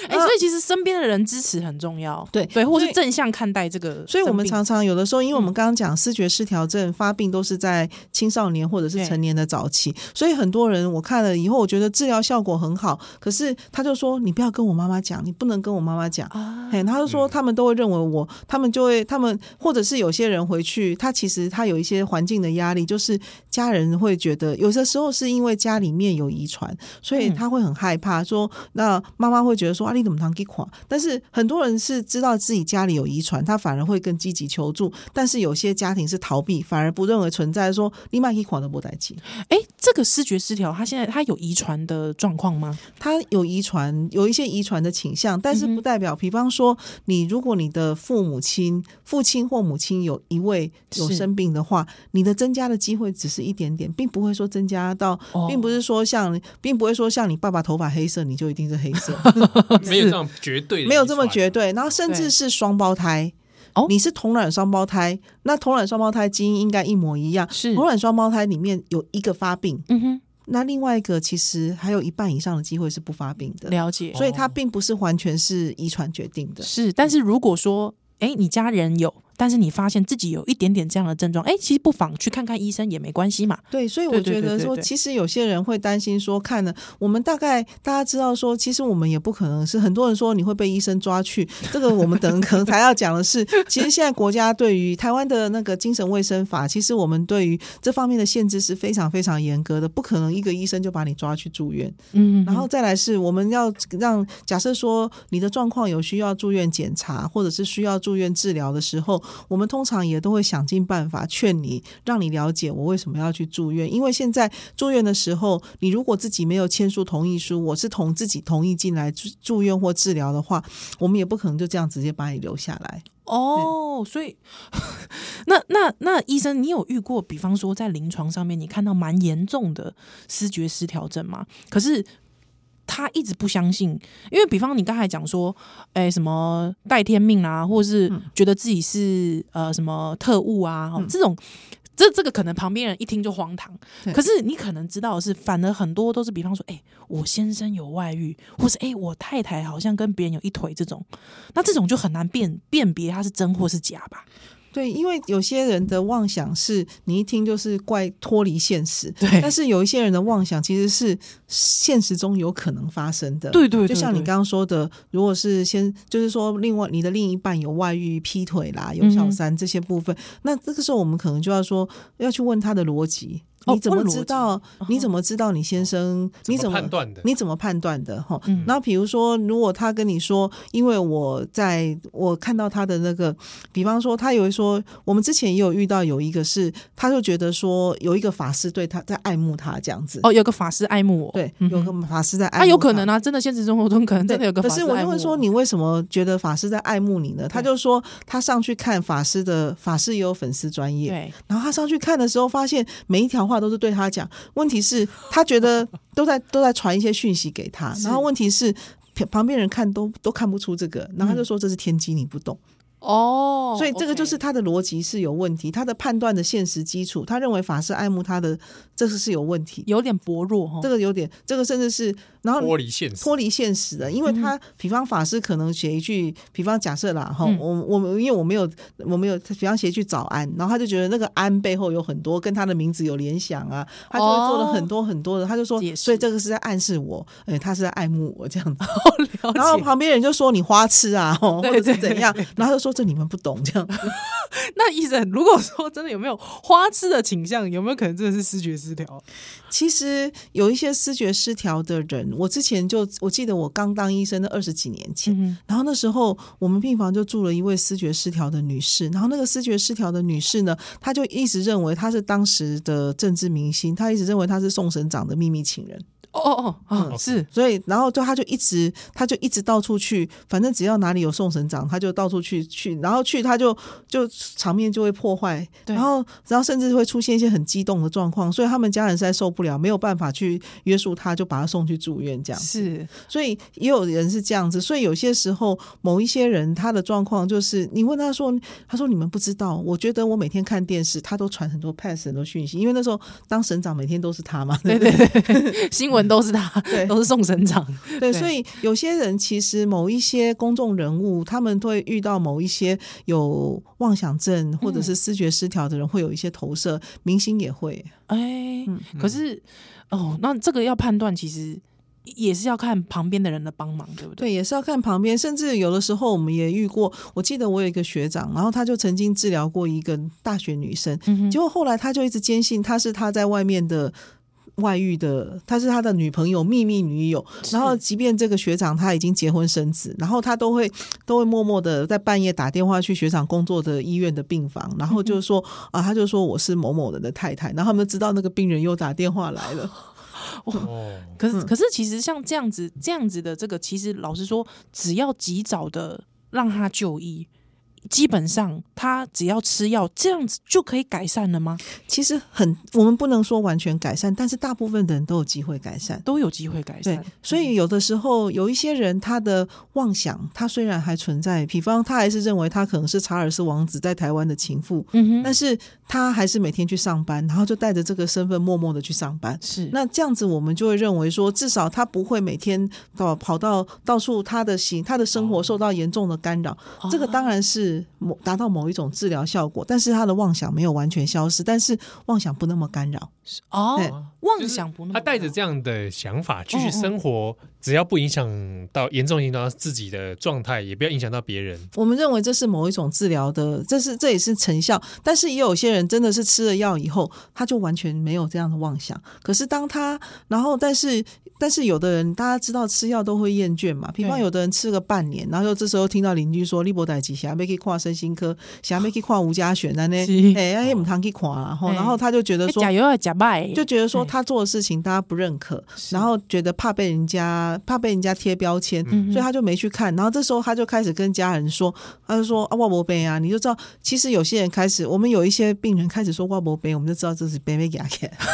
S1: 哎、所以其实身边的人支持很重要，
S3: 对
S1: 对，或
S3: 所
S1: 是
S3: 以
S1: 正向看待这个生病，
S3: 所以我们常常有的时候，因为我们刚刚讲视觉失调症发病都是在青少年或者是
S1: 对
S3: 成年的早期，所以很多人我看了以后，我觉得治疗效果很好，可是他就说你不要跟我妈妈讲，你不能跟我妈妈讲。
S1: 啊，
S3: 嘿，他就说
S2: 嗯
S3: 他们都会认为我，他们就会，他们或者是有些人回去，他其实他有一些环境的压力，就是家人会觉得，有的时候是因为家里面有遗传，所以
S1: 嗯
S3: 他会很害怕说，那妈妈会觉得说啊，你怎么堂给垮？但是很多人是知道自己家里有遗传，他反而会更积极求助，但是有些家庭是逃避，反而不认为存在说你买给垮都不带劲。
S1: 哎、这个视觉失调，他现在他有遗传的状况吗？
S3: 他有遗传，有一些遗传的倾向，但是
S1: 嗯哼
S3: 不代表，比方说，你如果你的父母亲、父亲或母亲有一位有
S1: 是
S3: 生病的话，你的增加的机会只是一点点，并不会说增加到，
S1: 哦
S3: 并不是说像，并不会说像你爸爸头发黑色，你就一定是黑 色，
S2: 没有这样绝对的遗传，
S3: 没有这么绝对。然后甚至
S1: 对
S3: 是双胞胎
S1: 哦，
S3: 你是同卵双胞胎，那同卵双胞胎基因应该一模一样，
S1: 是
S3: 同，卵双胞胎里面有一个发病，
S1: 嗯哼，
S3: 那另外一个其实还有一半以上的机会是不发病的。
S1: 了解，
S3: 所以它并不是完全是遗传决定的。
S1: 是，但是如果说，哎、你家人有，但是你发现自己有一点点这样的症状，哎，其实不妨去看看医生也没关系嘛。
S3: 对，所以我
S1: 对对对
S3: 觉得
S1: 对
S3: 说，
S1: 对
S3: 其实有些人会担心说，看了我们大概大家知道说，其实我们也不可能是很多人说你会被医生 抓去，这个我们等可能才要讲的是，其实现在国家对于台湾的那个精神卫生法，其实我们对于这方面的限制是非常非常严格的，不可能一个医生就把你抓去住院。
S1: 嗯，
S3: 然后再来是我们要让假设说你的状况有需要住院检查或者是需要住院治疗的时候，我们通常也都会想尽办法劝你，让你了解我为什么要去住院。因为现在住院的时候，你如果自己没有签署同意书，我是同自己同意进来住住院或治疗的话，我们也不可能就这样直接把你留下来。
S1: 哦，所以那那那医生，你有遇过，比方说在临床上面你看到蛮严重的视觉失调症吗？可是他一直不相信，因为比方你刚才讲说，哎、什么带天命啊，或是觉得自己是、呃什么特务啊，哦这种。这这个可能旁边人一听就荒唐
S3: 对，
S1: 可是你可能知道的是，反而很多都是，比方说，哎、我先生有外遇，或是哎、我太太好像跟别人有一腿这种，那这种就很难辨辨别它是真或是假吧？
S3: 对，因为有些人的妄想是你一听就是怪脱离现实，
S1: 对
S3: 但是有一些人的妄想其实是现实中有可能发生的。
S1: 对对对
S3: 就像你刚刚说的，如果是先就是说，另外你的另一半有外遇、劈腿啦、有
S1: 嗯
S3: 小三这些部分，那这个时候我们可能就要说要去问他的逻辑。
S1: 哦
S3: 你怎么
S1: 问逻辑哦
S3: 知道？你怎么知道你先生？你怎么
S2: 判断的？
S3: 你怎么判断的？哈、
S1: 嗯
S3: 然后比如说，如果他跟你说，因为我在我看到他的那个，比方说，他有说，我们之前也有遇到有一个是，他就觉得说有一个法师对他在爱慕他这样子，
S1: 哦，有个法师爱慕我，
S3: 对，
S1: 嗯
S3: 有
S1: 哼
S3: 个法师在爱慕
S1: 啊，有可能
S3: 啊。
S1: 啊，真的现实生活中可能真的有个
S3: 可
S1: 法
S3: 是
S1: 师
S3: 我
S1: 爱
S3: 就
S1: 慕
S3: 问说，你为什么觉得法师在爱慕你呢？他就说他上去看法师的法师也有粉丝专业，
S1: 对
S3: 然后他上去看的时候，发现每一条话都是对他讲。问题是，他觉得都在都在传一些讯息给他。
S1: 是
S3: 然后问题是，旁旁边人看都都看不出这个，然后他就说这是天机，你不懂。
S1: 嗯哦，
S3: 所以这个就是
S1: OK
S3: 他的逻辑是有问题，他的判断的现实基础，他认为法师爱慕他的这个是有问题。
S1: 有点薄弱哈
S3: 这。个有点，这个甚至是，然后
S2: 脱离现实
S3: 脱离现实的，因为
S1: 嗯
S3: 他，比方法师可能写一句，比方假设啦，哈、
S1: 嗯
S3: 我我们因为我没有我没有，比方写一句早安，然后他就觉得那个安背后有很多跟他的名字有联想啊，他就会做了很多很多的，他就说
S1: 哦解，释
S3: 所以这个是在暗示我，哎、他是在爱慕我这样 子，
S1: 哦了解
S3: 然后旁边人就说你花痴啊，哦，或
S1: 对
S3: 者是
S1: 对对
S3: 怎样，然后他就说这你们不懂这样，
S1: 那医生，如果说真的有没有花痴的倾向，有没有可能真的是视觉失调？
S3: 其实有一些视觉失调的人，我之前就我记得我刚当医生的二十几年前，
S1: 嗯
S3: 然后那时候我们病房就住了一位视觉失调的女士，然后那个视觉失调的女士呢，她就一直认为她是当时的政治明星，她一直认为她是宋省长的秘密情人，
S1: 哦哦哦哦，
S2: 嗯
S1: 是
S3: 所以然后就她就一直她就一直到处去，反正只要哪里有宋省长，她就到处去去，然后去她就就场面就会破坏，
S1: 对
S3: 然后然后甚至会出现一些很激动的状况，所以他们家人实在受不了，没有办法去约束她，就把她送去住院这样子。
S1: 是，
S3: 所以也有人是这样子，所以有些时候某一些人他的状况就是，你问他说，他说你们不知道，我觉得我每天看电视，他都传很多 pass 很多讯息，因为那时候当省长每天都是他嘛，
S1: 对
S3: 不对
S1: 对对， 新闻都是他
S3: 对，
S1: 都是宋省长，
S3: 对，
S1: 对
S3: 所以有些人其实某一些公众人物，他们会遇到某一些有妄想症或者是视觉失调的人，会有一些投射，明星也会。
S1: 哎、
S3: 嗯
S1: 可是哦，那这个要判断，其实也是要看旁边的人的帮忙，对不对？
S3: 对，也是要看旁边，甚至有的时候我们也遇过。我记得我有一个学长，然后他就曾经治疗过一个大学女生，
S1: 嗯哼
S3: 结果后来他就一直坚信她是他在外面的。外遇的，她是他的女朋友，秘密女友。然后，即便这个学长他已经结婚生子，然后他都会都会默默的在半夜打电话去学长工作的医院的病房，然后就说、啊，他就说我是某某人的太太，然后他们就知道那个病人又打电话来了。
S2: 哦，
S1: 可
S3: 嗯
S1: 是，可是，其实像这样子、这样子的这个，其实老实说，只要及早的让他就医，基本上他只要吃药，这样子就可以改善了吗？
S3: 其实很，我们不能说完全改善，但是大部分的人都有机会改善。
S1: 都有机会改
S3: 对
S1: 善。，
S3: 所以有的时候有一些人他的妄想，他虽然还存在，比方他还是认为他可能是查尔斯王子在台湾的情妇，
S1: 嗯哼，
S3: 但是他还是每天去上班，然后就带着这个身份默默的去上班。
S1: 是
S3: 那这样子，我们就会认为说，至少他不会每天到跑到到处，他的行他的生活受到严重的干扰。
S1: 哦
S3: 这个当然是某达到某一种治疗效果，但是他的妄想没有完全消失，但是妄想不那么干扰。对
S1: 哦，妄
S2: 就是
S1: 想不那么
S2: 他带着
S1: 大
S2: 这样的想法继
S1: 嗯
S2: 续
S1: 嗯
S2: 生活，只要不影响到严重影响到自己的状态，也不要影响到别人。
S3: 我们认为这是某一种治疗的，这是这也是成效。但是也有些人真的是吃了药以后，他就完全没有这样的妄想。可是当他，然后但是但是有的人大家知道吃药都会厌倦嘛，比方
S1: 对
S3: 有的人吃个半年，然后又这时候听到邻居说利伯代吉霞没去跨身心科，霞没去跨吴家选啊呢，
S1: 是
S3: 哎哎唔堂去跨啊，吼
S1: 哎
S3: 然后他就觉得
S1: 哎
S3: 说
S1: 假。油要假卖，
S3: 就觉得说
S1: 哎
S3: 他做的事情大家不认可，
S1: 是
S3: 然后觉得怕被人家怕被人家贴标签，
S1: 嗯
S3: 所以他就没去看。然后这时候他就开始跟家人说，他就说啊，哇伯杯啊，你就知道，其实有些人开始，我们有一些病人开始说哇伯杯，我们就知道这是杯杯给他看。 哦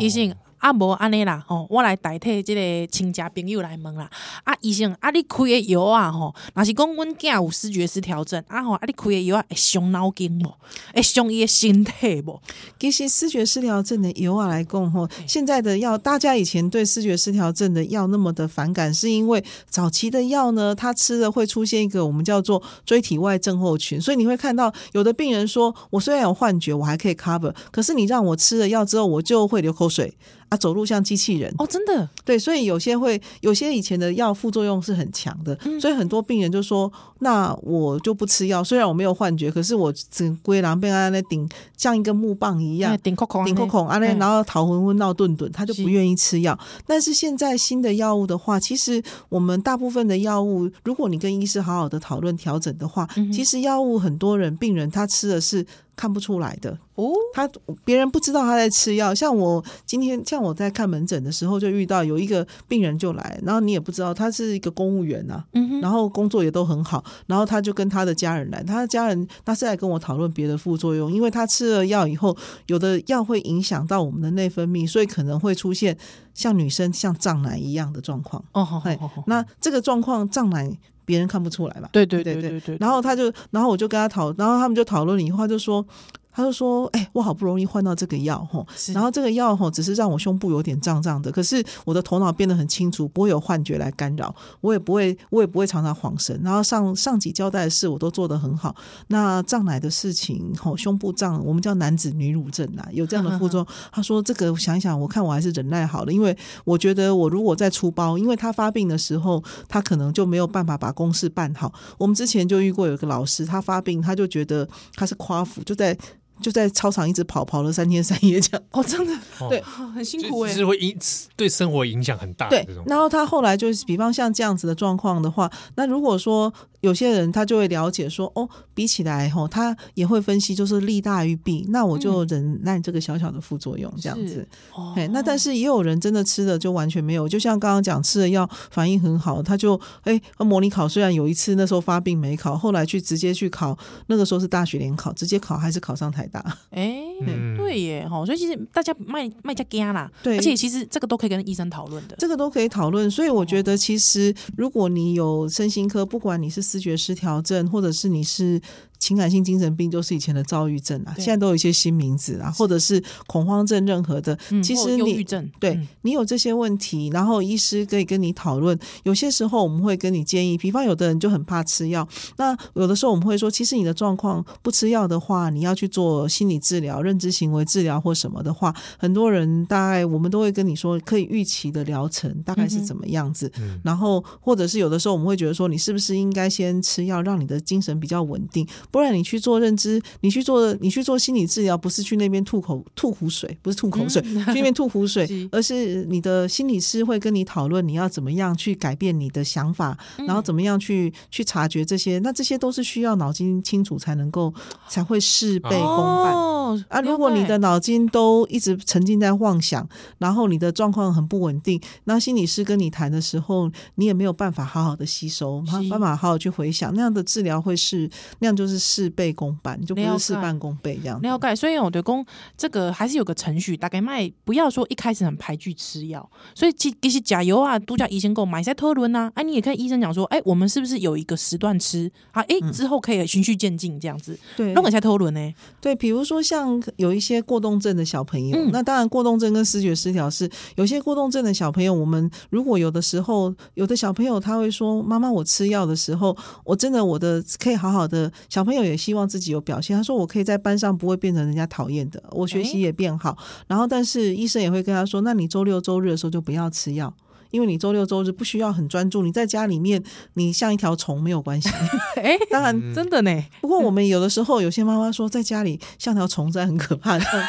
S1: 医生，啊无安尼啦，吼，我来代替即个亲戚朋友来问啦。啊，医生，啊你开的药啊，吼，若是讲阮囝有视觉失调症，啊吼，啊你开的药啊会伤脑筋无？会伤伊的身体无？
S3: 其实视觉失调症的由啊来供吼，现在的药，大家以前对视觉失调症的药那么的反感，是因为早期的药呢，它吃了会出现一个我们叫做椎体外症候群，所以你会看到有的病人说，我虽然有幻觉，我还可以 cover，可是你让我吃了药之后，我就会流口水啊，走路像机器人。
S1: 哦，真的，
S3: 对，所以有些会有些以前的药副作用是很强的，所以很多病人就说：“那我就不吃药，虽然我没有幻觉，可是我整龟狼被安那顶像一个木棒一样
S1: 哎，顶扣扣
S3: 顶扣孔啊，那
S1: 嗯
S3: 然后逃浑浑闹顿顿，他就是不愿意吃药。但是现在新的药物的话，其实我们大部分的药物，如果你跟医师好好的讨论调整的话，
S1: 嗯哼
S3: 其实药物很多人病人他吃的是看不出来的，
S1: 哦，
S3: 他别人不知道他在吃药。像我今天像我在看门诊的时候，就遇到有一个病人就来，然后你也不知道他是一个公务员啊，
S1: 嗯哼，
S3: 然后工作也都很好，然后他就跟他的家人来，他的家人他是来跟我讨论别的副作用，因为他吃了药以后，有的药会影响到我们的内分泌，所以可能会出现像女生像胀奶一样的状况。
S1: 哦，好好
S3: 哎
S1: 好好，
S3: 那这个状况胀奶别人看不出来嘛？
S1: 对对
S3: 对
S1: 对
S3: 对
S1: 对对，
S3: 然后他就，然后我就跟他讨，然后他们就讨论了以后，他就说，他就说，哎、我好不容易换到这个药吼，
S1: 是
S3: 然后这个药吼只是让我胸部有点胀胀的，可是我的头脑变得很清楚，不会有幻觉来干扰，我也不会，我也不会常常晃神。然后上上级交代的事我都做得很好，那胀奶的事情吼，胸部胀，我们叫男子女乳症啊，有这样的副作用。他说这个想一想，我看我还是忍耐好了，因为我觉得我如果再出包，因为他发病的时候，他可能就没有办法把公事办好。我们之前就遇过有一个老师，他发病，他就觉得他是夸父，就在就在操场一直跑，跑了三天三夜这样。
S1: 哦，真的，
S3: 对
S1: 哦很辛苦
S2: 就
S1: 哎
S2: 是，会影对生活影响很大的
S3: 对
S2: 这种，。
S3: 然后他后来就是，比方像这样子的状况的话，那如果说有些人他就会了解说，哦，比起来吼，他也会分析，就是利大于弊，那我就忍耐这个小小的副作用这样子
S1: 是。嗯哦
S3: 哎，那但是也有人真的吃了就完全没有，就像刚刚讲吃了药反应很好，他就哎模拟考虽然有一次那时候发病没考，后来去直接去考，那个时候是大学联考，直接考还是考上台大。
S1: 哎。
S2: 嗯
S1: 对耶，哈，所以其实大家卖卖家惊啦，
S3: 对
S1: 而且其实这个都可以跟医生讨论的，哦
S3: 嗯这个都可以讨论。所以我觉得，其实如果你有身心科，不管你是视觉失调症，或者是你是情感性精神病，就是以前的躁郁症啊，
S1: 对
S3: 现在都有一些新名字啊，或者是恐慌症，任何的，
S1: 嗯
S3: 其
S1: 或
S3: 实
S1: 忧
S3: 你
S1: 郁症，
S3: 对
S1: 嗯
S3: 你有这些问题，然后医师可以跟你讨论。有些时候我们会跟你建议，比方有的人就很怕吃药，那有的时候我们会说，其实你的状况不吃药的话，你要去做心理治疗、认知行为治疗或什么的话，很多人大概我们都会跟你说，可以预期的疗程大概是怎么样子。
S2: 嗯
S3: 然后或者是有的时候我们会觉得说，你是不是应该先吃药，让你的精神比较稳定，不然你去做认知，你去做你去做心理治疗，不是去那边吐口吐苦水，不是吐口水， 去那边吐苦水
S1: 是，
S3: 而是你的心理师会跟你讨论你要怎么样去改变你的想法，
S1: 嗯
S3: 然后怎么样去去察觉这些，那这些都是需要脑筋清楚才能够才会事倍功半。
S1: 哦
S3: 啊，如果你的脑筋都一直沉浸在妄想，然后你的状况很不稳定，那心理师跟你谈的时候，你也没有办法好好的吸收，没有办法好好去回想，那样的治疗会是那样就是事倍功半，就不
S1: 了
S3: 是
S1: 解
S3: 事半功倍这样子。
S1: 了解，所以我就讲这个还是有个程序，大概卖不要说一开始很排拒吃药，所以其其实甲油啊，都叫医生购买在特伦啊，啊，你也可以医生讲说，哎、我们是不是有一个时段吃啊？哎、之后可以循序渐进这样子，
S3: 嗯对
S1: 弄个才特伦 呢。
S3: 对，比如说像有一些过动症的小朋友，
S1: 嗯
S3: 那当然过动症跟视觉失调是有些过动症的小朋友，我们如果有的时候有的小朋友他会说：“妈妈，我吃药的时候，我真的我的可以好好的。”小朋友也希望自己有表现，他说：“我可以在班上不会变成人家讨厌的，我学习也变好。然后，但是医生也会跟他说：“那你周六周日的时候就不要吃药。”因为你周六周日不需要很专注，你在家里面你像一条虫没有关系。
S1: 哎、
S3: 当然，
S1: 真的 呢，
S3: 不过我们有的时候有些妈妈说，在家里像条虫在很可怕这样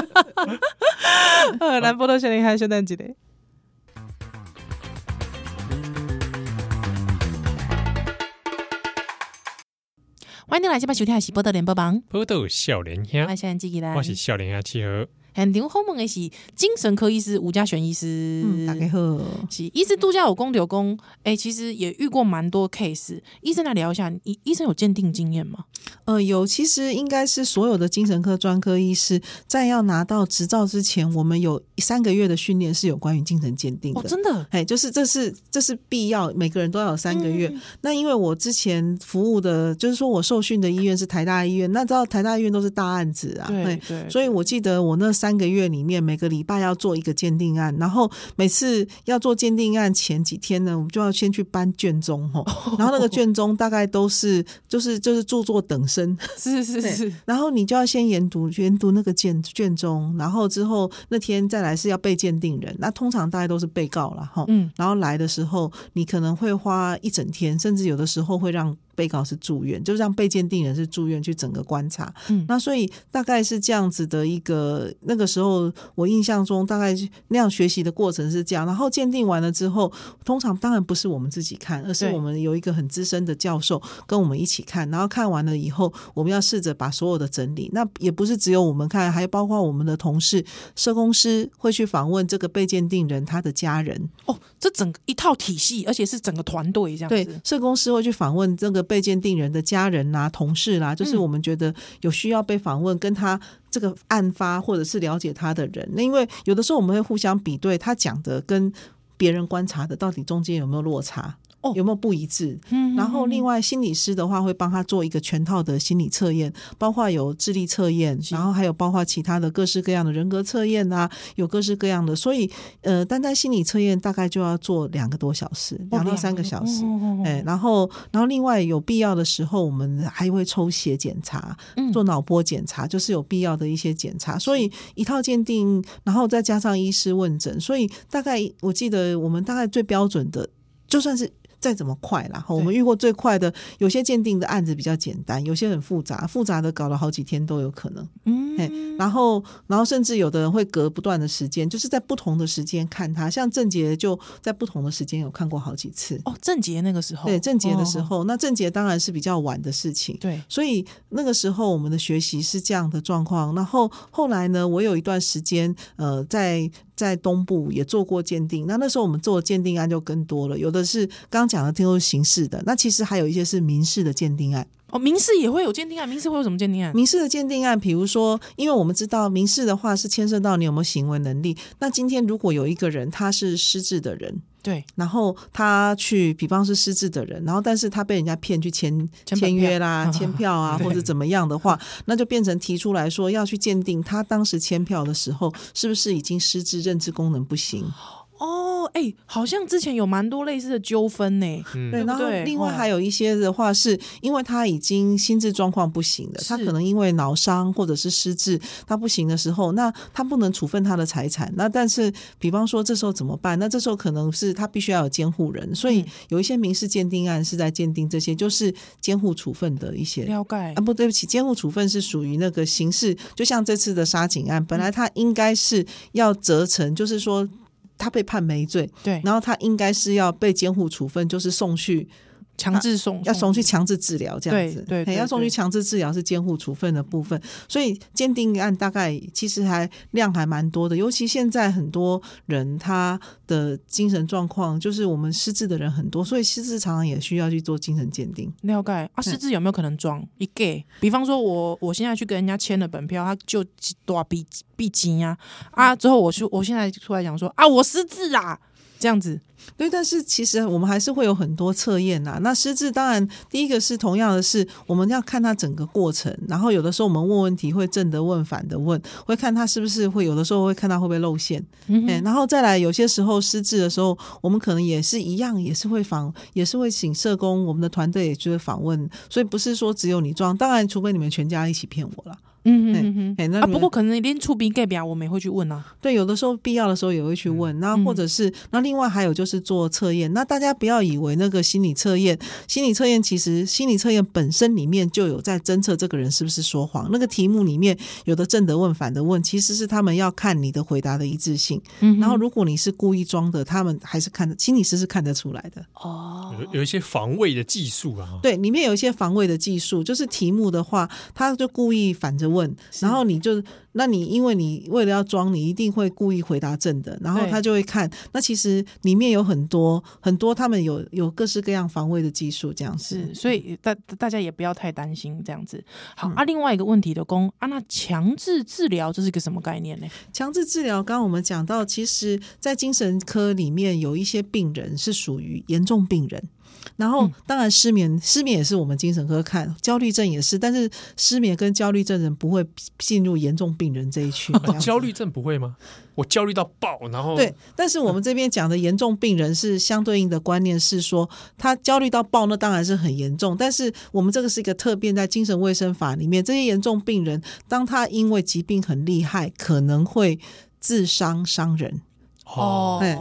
S3: 子。
S1: 呃，兰波多先生还圣诞节嘞。欢迎来这边收听的是《波多连播榜》，
S2: 波豆笑脸
S1: 我
S2: 兄，
S1: 是安吉吉啦
S2: 哎我。是笑脸兄七和，
S1: 很牛后门的是精神科医师吴家璇医师，
S3: 嗯，大概呵，
S1: 是医师度假有公留公，哎、其实也遇过蛮多 case。医生来聊一下，医医生有鉴定经验吗？
S3: 呃，有，其实应该是所有的精神科专科医师在要拿到执照之前，我们有三个月的训练是有关于精神鉴定
S1: 哦，
S3: 的。
S1: 真的，
S3: 哎，就是这是这是必要，每个人都要有三个月。
S1: 嗯
S3: 那因为我之前服务的，就是说我受训的医院是台大医院，那知道台大医院都是大案子啊，
S1: 对
S3: 嘿
S1: 对，
S3: 所以我记得我那三个月里面，每个礼拜要做一个鉴定案，然后每次要做鉴定案前几天呢，我们就要先去搬卷宗哦，然后那个卷宗大概都是就是就是著作等身，
S1: 是是是是，
S3: 然后你就要先研读研读那个卷卷宗，然后之后那天再来是要被鉴定人，那通常大概都是被告了哈，
S1: 嗯，
S3: 然后来的时候，你可能会花一整天，甚至有的时候会让被告是住院，就让被鉴定人是住院去整个观察。
S1: 嗯
S3: 那所以大概是这样子的一个，那个时候我印象中大概那样学习的过程是这样。然后鉴定完了之后，通常当然不是我们自己看，而是
S1: 对
S3: 我们有一个很资深的教授跟我们一起看。然后看完了以后，我们要试着把所有的整理。那也不是只有我们看，还包括我们的同事、社工师会去访问这个被鉴定人他的家人。
S1: 哦，这整个一套体系，而且是整个团队这样
S3: 对
S1: 子，，
S3: 社工师会去访问这个被鉴定人的家人啦、同事啦、就是
S1: 嗯
S3: 我们觉得有需要被访问，跟他这个案发或者是了解他的人。那因为有的时候我们会互相比对他讲的跟别人观察的到底中间有没有落差。
S1: 哦
S3: 有没有不一致？
S1: 嗯
S3: 然后另
S1: 外
S3: 外心理师的话会帮他做一个全套的心理测验，包括有智力测验，
S1: 是
S3: 然后还有包括其他的各式各样的人格测验啊，有各式各样的。所以呃，单单心理测验大概就要做两个多小
S1: 哦
S3: 时，两到三个小时。哎、
S1: 哎，
S3: 然后，然后另外有必要的时候，我们还会抽血检查，
S1: 嗯
S3: 做脑波检查，就是有必要的一些检查。所以一套鉴定，然后再加上医师问诊，所以大概我记得我们大概最标准的，就算是。再怎么快啦，我们遇过最快的，有些鉴定的案子比较简单，有些很复杂，复杂的搞了好几天都有可能。嘿
S1: 嗯，
S3: 然后，然后甚至有的人会隔不断的时间，就是在不同的时间看他，像郑杰就在不同的时间有看过好几次。
S1: 哦，郑杰那个时候，
S3: 对正节的时
S1: 哦，
S3: 候，那正节当然是比较晚的事情。
S1: 对，
S3: 所以那个时候我们的学习是这样的状况，然后后来呢，我有一段时间呃在在东部也做过鉴定，那那时候我们做的鉴定案就更多了，有的是刚刚讲的听说是刑事的，那其实还有一些是民事的鉴定案。
S1: 哦，民事也会有鉴定啊案，民事会有什么鉴定案？
S3: 民事的鉴定案，比如说，因为我们知道民事的话是牵涉到你有没有行为能力，那今天如果有一个人他是失智的人，
S1: 对，
S3: 然后他去，比方是失智的人，然后但是他被人家骗去签
S1: 签本票
S3: 签约 啦、签票啊，
S1: 对
S3: 或者怎么样的话，那就变成提出来说要去鉴定他当时签票的时候是不是已经失智，认知功能不行。
S1: 哦，哎、好像之前有蛮多类似的纠纷呢。
S3: 对，
S2: 嗯，
S1: 对
S3: 然
S1: 不
S3: 后
S1: 对
S3: 另外
S1: 哦
S3: 还有一些的话，是因为他已经心智状况不行了，他
S1: 是
S3: 可能因为脑伤或者是失智，他不行的时候，那他不能处分他的财产。那但是，比方说这时候怎么办？那这时候可能是他必须要有监护人，所以
S1: 嗯
S3: 有一些民事鉴定案是在鉴定这些，就是监护处分的一些。
S1: 了解
S3: 啊，，不对不起，监护处分是属于那个刑事，就像这次的杀警案，本
S1: 嗯
S3: 来他应该是要责成，就是说他被判没罪，
S1: 对，
S3: 然后他应该是要被监护处分，就是送去
S1: 强制送
S3: 要送去强制治疗这样子，
S1: 对对
S3: 嘿
S1: 对
S3: 要送去强制治疗是监护处分的部分，所以鉴定案大概其实还量还蛮多的，尤其现在很多人他的精神状况，就是我们失智的人很多，所以失智常常也需要去做精神鉴定。
S1: 了解
S3: 嗯
S1: 啊，失智有没有可能装一 gay？比方说我我现在去跟人家签了本票，他就几多少币币金啊
S3: 嗯
S1: 啊，之后我去我现在出来讲说啊，我失智啦，这样子
S3: 对，但是其实我们还是会有很多测验呐。那失智当然第一个是同样的是，我们要看他整个过程，然后有的时候我们问问题会正的问反的问，会看他是不是会有的时候会看他会不会露馅，嗯、然后再来有些时候失智的时候，我们可能也是一样，也是会访，也是会请社工，我们的团队也就会访问，所以不是说只有你撞，当然除非你们全家一起骗我啦。
S1: 嗯嗯嗯
S3: 哎，那
S1: 嗯啊，不
S3: 你们
S1: 过可能连出兵 gay 表我们也会去问啊，
S3: 对，有的时候必要的时候也会
S1: 嗯
S3: 去问，那或者是那另外还有就是做测验，那大家不要以为那个心理测验，心理测验其实心理测验本身里面就有在侦测这个人是不是说谎，那个题目里面有的正的问反的问，其实是他们要看你的回答的一致性，
S1: 嗯哼
S3: 然后如果你是故意装的，他们还是看得心理师是看得出来的。
S1: 哦，
S2: 有有一些防卫的技术啊，
S3: 对，里面有一些防卫的技术，就是题目的话，他就故意反着问，然后你就，那你因为你为了要装，你一定会故意回答正的，然后
S1: 对
S3: 他就会看。那其实里面有很多很多，他们有有各式各样防卫的技术，这样子
S1: 是，所以大大家也不要太担心这样子。好、
S3: 嗯
S1: 啊，另外一个问题的公啊，那强制治疗这是个什么概念呢？
S3: 强制治疗，刚刚我们讲到，其实，在精神科里面有一些病人是属于严重病人，然后
S2: 嗯
S3: 当然失眠，失眠也是我们精神科看，焦虑症也是，但是失眠跟焦虑症人不会进入严重病人这一区。这样 子
S2: 焦虑症不会吗？我焦虑到爆，然后
S3: 对，但是我们这边讲的严重病人是相对应的观念是说，他焦虑到爆，那当然是很严重。但是我们这个是一个特变，在精神卫生法里面，这些严重病人，当他因为疾病很厉害，可能会自伤伤人。
S2: 哦，
S3: 哎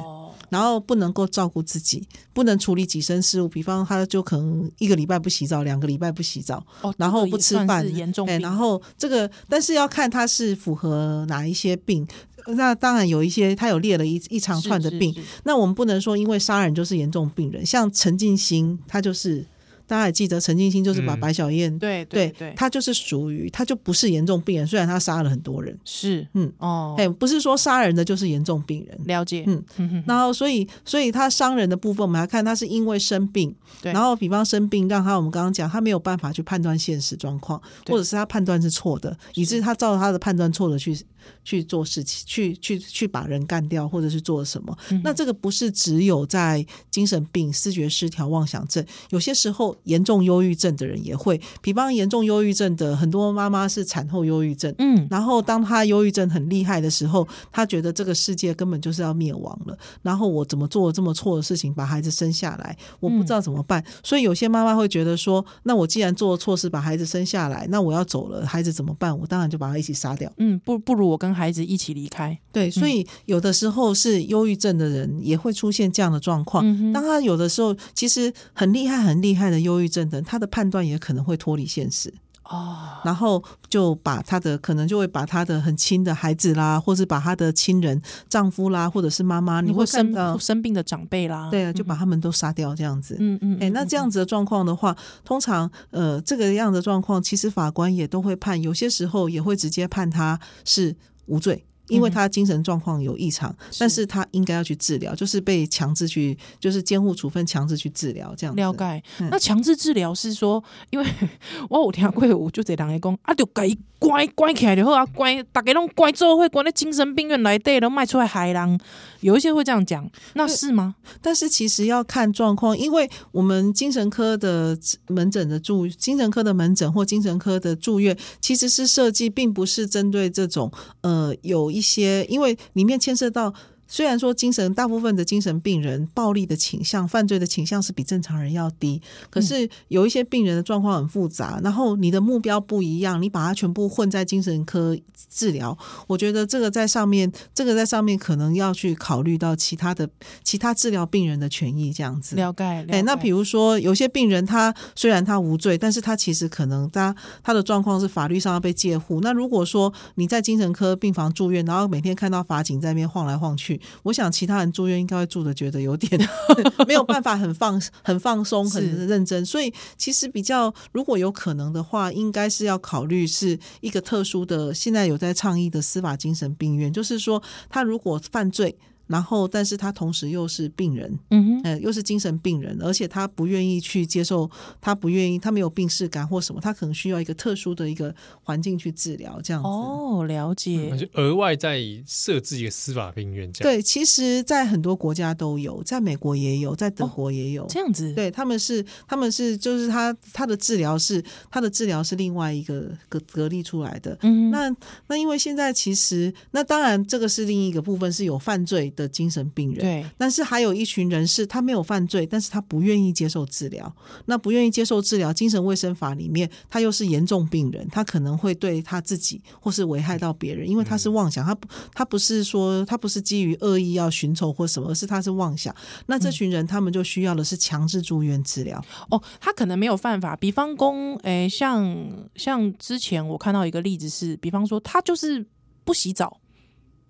S3: 然后不能够照顾自己，不能处理己身事务，比方他就可能一个礼拜不洗澡，两个礼拜不洗澡，
S1: 哦，
S3: 然后
S1: 这个
S3: 不
S1: 也
S3: 吃
S1: 算
S3: 饭
S1: 是严重
S3: 哎，
S1: 病，
S3: 然后这个，但是要看他是符合哪一些病。那当然有一些，他有列了一一长
S1: 是
S3: 串的
S1: 是
S3: 病，
S1: 是
S3: 那我们不能说因为杀人就是严重病人，像陈进兴，他就是大家也记得，陈进兴就是把
S2: 嗯
S3: 白小燕，
S1: 对对对，
S3: 他就是属于他就不是严重病人，虽然他杀了很多人，
S1: 是
S3: 嗯
S1: 哦，
S3: 哎、不是说杀人的就是严重病人。
S1: 了解，
S3: 嗯
S1: 嗯哼哼
S3: 然后，所以，所以他伤人的部分，我们还看他是因为生病，
S1: 对
S3: 然后比方生病，让他我们刚刚讲，他没有办法去判断现实状况，
S1: 对
S3: 或者是他判断是错的，以致他照他的判断错的去去做事情，去去去把人干掉，或者是做什么。
S1: 嗯
S3: 那这个不是只有在精神病、视觉失调、妄想症，有些时候严重忧郁症的人也会，比方严重忧郁症的很多妈妈是产后忧郁症，
S1: 嗯，
S3: 然后当他忧郁症很厉害的时候，他觉得这个世界根本就是要灭亡了。然后我怎么做这么错的事情，把孩子生下来，我不知道怎么办。所以有些妈妈会觉得说，那我既然做了错事，把孩子生下来，那我要走了，孩子怎么办？我当然就把他一起杀掉。
S1: 嗯，不不如我跟孩子一起离开，
S3: 对，所以有的时候是忧郁症的人也会出现这样的状况。
S1: 嗯
S3: 当他有的时候其实很厉害、很厉害的忧郁症的人，他的判断也可能会脱离现实。
S1: 哦，
S3: 然后就把他的可能就会把他的很亲的孩子啦，或是把他的亲人、丈夫啦，或者是妈妈，你
S1: 你会
S3: 会看
S1: 生
S3: 到，
S1: 生病的长辈啦，
S3: 对啊，就把他们都杀掉这样子。
S1: 嗯嗯，
S3: 哎、那这样子的状况的话，通常呃，这个样的状况，其实法官也都会判，有些时候也会直接判他是无罪，因为
S1: 嗯哼
S3: 他精神状况有异常，但是他应该要去治疗，就是被强制去，就是监护处分强制去治疗这样子。
S1: 了解。
S3: 嗯
S1: 那强制治疗是说，因为我有听过有就这人会讲，啊，就给伊关关起来就好啊，关大家拢关做伙，关在精神病院内底，然后卖出来害人。有一些会这样讲，那是吗？
S3: 但是其实要看状况，因为我们精神科的门诊的住精神科的门诊或精神科的住院，其实是设计，并不是针对这种呃有一些，因为里面牵涉到。虽然说精神大部分的精神病人暴力的倾向、犯罪的倾向是比正常人要低，可是有一些病人的状况很复杂，然后你的目标不一样，你把它全部混在精神科治疗，我觉得这个在上面，这个在上面可能要去考虑到其他的其他治疗病人的权益这样子。
S1: 了解。了
S3: 哎，
S1: 解
S3: 那比如说，有些病人他虽然他无罪，但是他其实可能他他的状况是法律上要被介护。那如果说你在精神科病房住院，然后每天看到法警在那边晃来晃去，去，我想其他人住院应该会住的觉得有点 没有办法很放很放松、
S1: 是
S3: 很认真，所以其实比较如果有可能的话，应该是要考虑是一个特殊的，现在有在倡议的司法精神病院，就是说他如果犯罪。然后，但是他同时又是病人，
S1: 嗯哼，
S3: 呃，又是精神病人，而且他不愿意去接受，他不愿意，他没有病视感或什么，他可能需要一个特殊的一个环境去治疗，这样子。
S1: 哦，了
S2: 那
S1: 解，
S2: 就额外再设置一个司法病院这样。
S3: 对，其实，在很多国家都有，在美国也有，在德国也有。
S1: 哦这样子，
S3: 对，他们是，他们是，就是他他的治疗是他的治疗是另外一个隔隔离出来的。
S1: 嗯哼，
S3: 那那因为现在其实，那当然这个是另一个部分，是有犯罪的精神病人。
S1: 对，
S3: 但是还有一群人是他没有犯罪，但是他不愿意接受治疗。那不愿意接受治疗，精神卫生法里面他又是严重病人，他可能会对他自己或是危害到别人，因为他
S1: 嗯
S3: 是妄想，他不他不是说他不是基于恶意要寻仇或什么，而是他是妄想。那这群人他们就需要的是强制住院治疗。
S1: 哦，他可能没有犯法，比方公，诶、像像之前我看到一个例子是，比方说他就是不洗澡，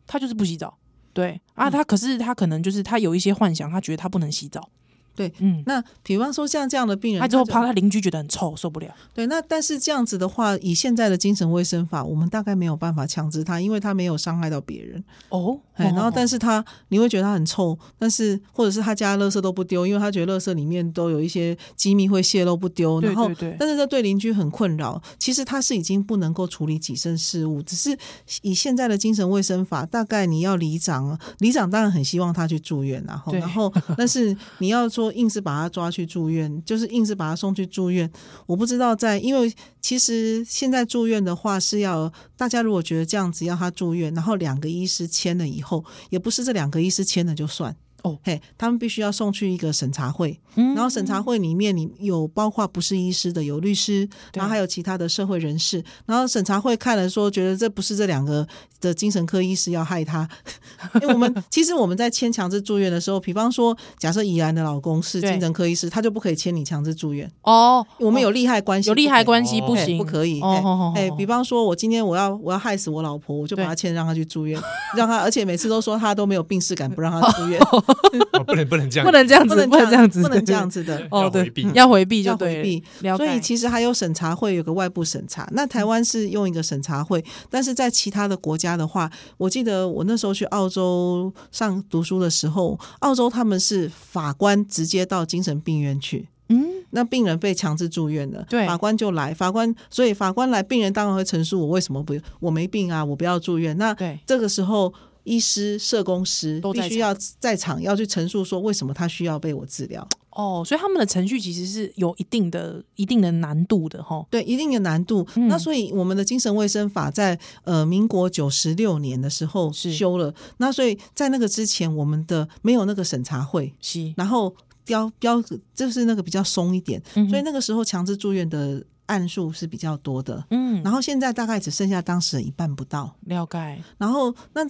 S1: 他就是不洗澡，对
S3: 嗯
S1: 啊，他可是他可能就是他有一些幻想，他觉得他不能洗澡，
S3: 对
S1: 嗯，
S3: 那比方说像这样的病人，
S1: 他之后
S3: 就
S1: 怕他邻居觉得很臭，受不了，
S3: 对，那但是这样子的话，以现在的精神卫生法，我们大概没有办法强制他，因为他没有伤害到别人。
S1: 哦，
S3: 哎，然后但
S1: 是
S3: 是他你会觉得他很臭，但是或者是他家垃圾都不丢，因为他觉得垃圾里面都有一些机密会泄露不丢，
S1: 对
S3: 然后
S1: 对对
S3: 但是这对邻居很困扰。其实他是已经不能够处理己身事务，只是以现在的精神卫生法，大概你要里长，啊里长当然很希望他去住院，然后
S1: 对
S3: 然后但是你要说硬是把他抓去住院，就是硬是把他送去住院，我不知道在因为其实现在住院的话是要大家如果觉得这样子要他住院，然后两个医师签了以后，也不是这两个医师签了就算
S1: 哦
S3: 嘿，他们必须要送去一个审查会，
S1: 然
S3: 然后审查会里面你有包括不是医师的有律师，
S1: 对
S3: 然后还有其他的社会人士，然后审查会看了说觉得这不是这两个的精神科医师要害 他，因为我们其实我们在签强制住院的时候，比方说假设怡然的老公是
S1: 对
S3: 精神科医师，他就不可以签你强制住院，
S1: 哦，
S3: 我们
S1: 哦
S3: 有利害关系
S1: 有
S3: 不可以，
S1: 利害关系
S2: 哦
S1: 不
S3: 哎
S1: 行，
S3: 不可以。
S1: 哦
S3: 哎
S1: 哦哦
S3: 哎
S1: 哦，
S3: 比方说，我今天我要我要害死我老婆，我就把
S1: 对
S3: 她签让她去住院，让她，而且每次都说她都没有病耻感，不让她住 院，
S2: 哦，不能不能这样，
S1: 不能这样子，
S3: 不能
S1: 这样子，
S3: 不能这样子的。
S1: 哦
S2: 要
S1: 对
S2: 回避
S1: 对，要回避就
S3: 要回
S1: 对了，
S3: 避
S1: 了
S3: 所以
S1: 解嗯
S3: 其实还有审查会有个外部审查，那台湾是用一个审查会，但是在其他的国家的话，我记得我那时候去澳洲上读书的时候，澳洲他们是法官直接到精神病院去，
S1: 嗯，
S3: 那病人被强制住院了，
S1: 对
S3: 法官就来，法官，所以法官来，病人当然会陈述我为什么不，我没病啊，我不要住院。那
S1: 对，
S3: 这个时候，医师、社工师
S1: 都在
S3: 必须要在场，要去陈述说为什么他需要被我治疗。
S1: 哦，所以他们的程序其实是有一定的、一定的难度的哈。
S3: 对，一定的难度。
S1: 嗯
S3: 那所以我们的精神卫生法在呃民国九十六年的时候
S1: 是
S3: 修了，那所以在那个之前，我们的没有那个审查会，
S1: 是，
S3: 然后标标就是那个比较松一点，
S1: 嗯哼
S3: 所以那个时候强制住院的案数是比较多的。
S1: 嗯，
S3: 然后现在大概只剩下当时的一半不到。
S1: 了解，
S3: 然后那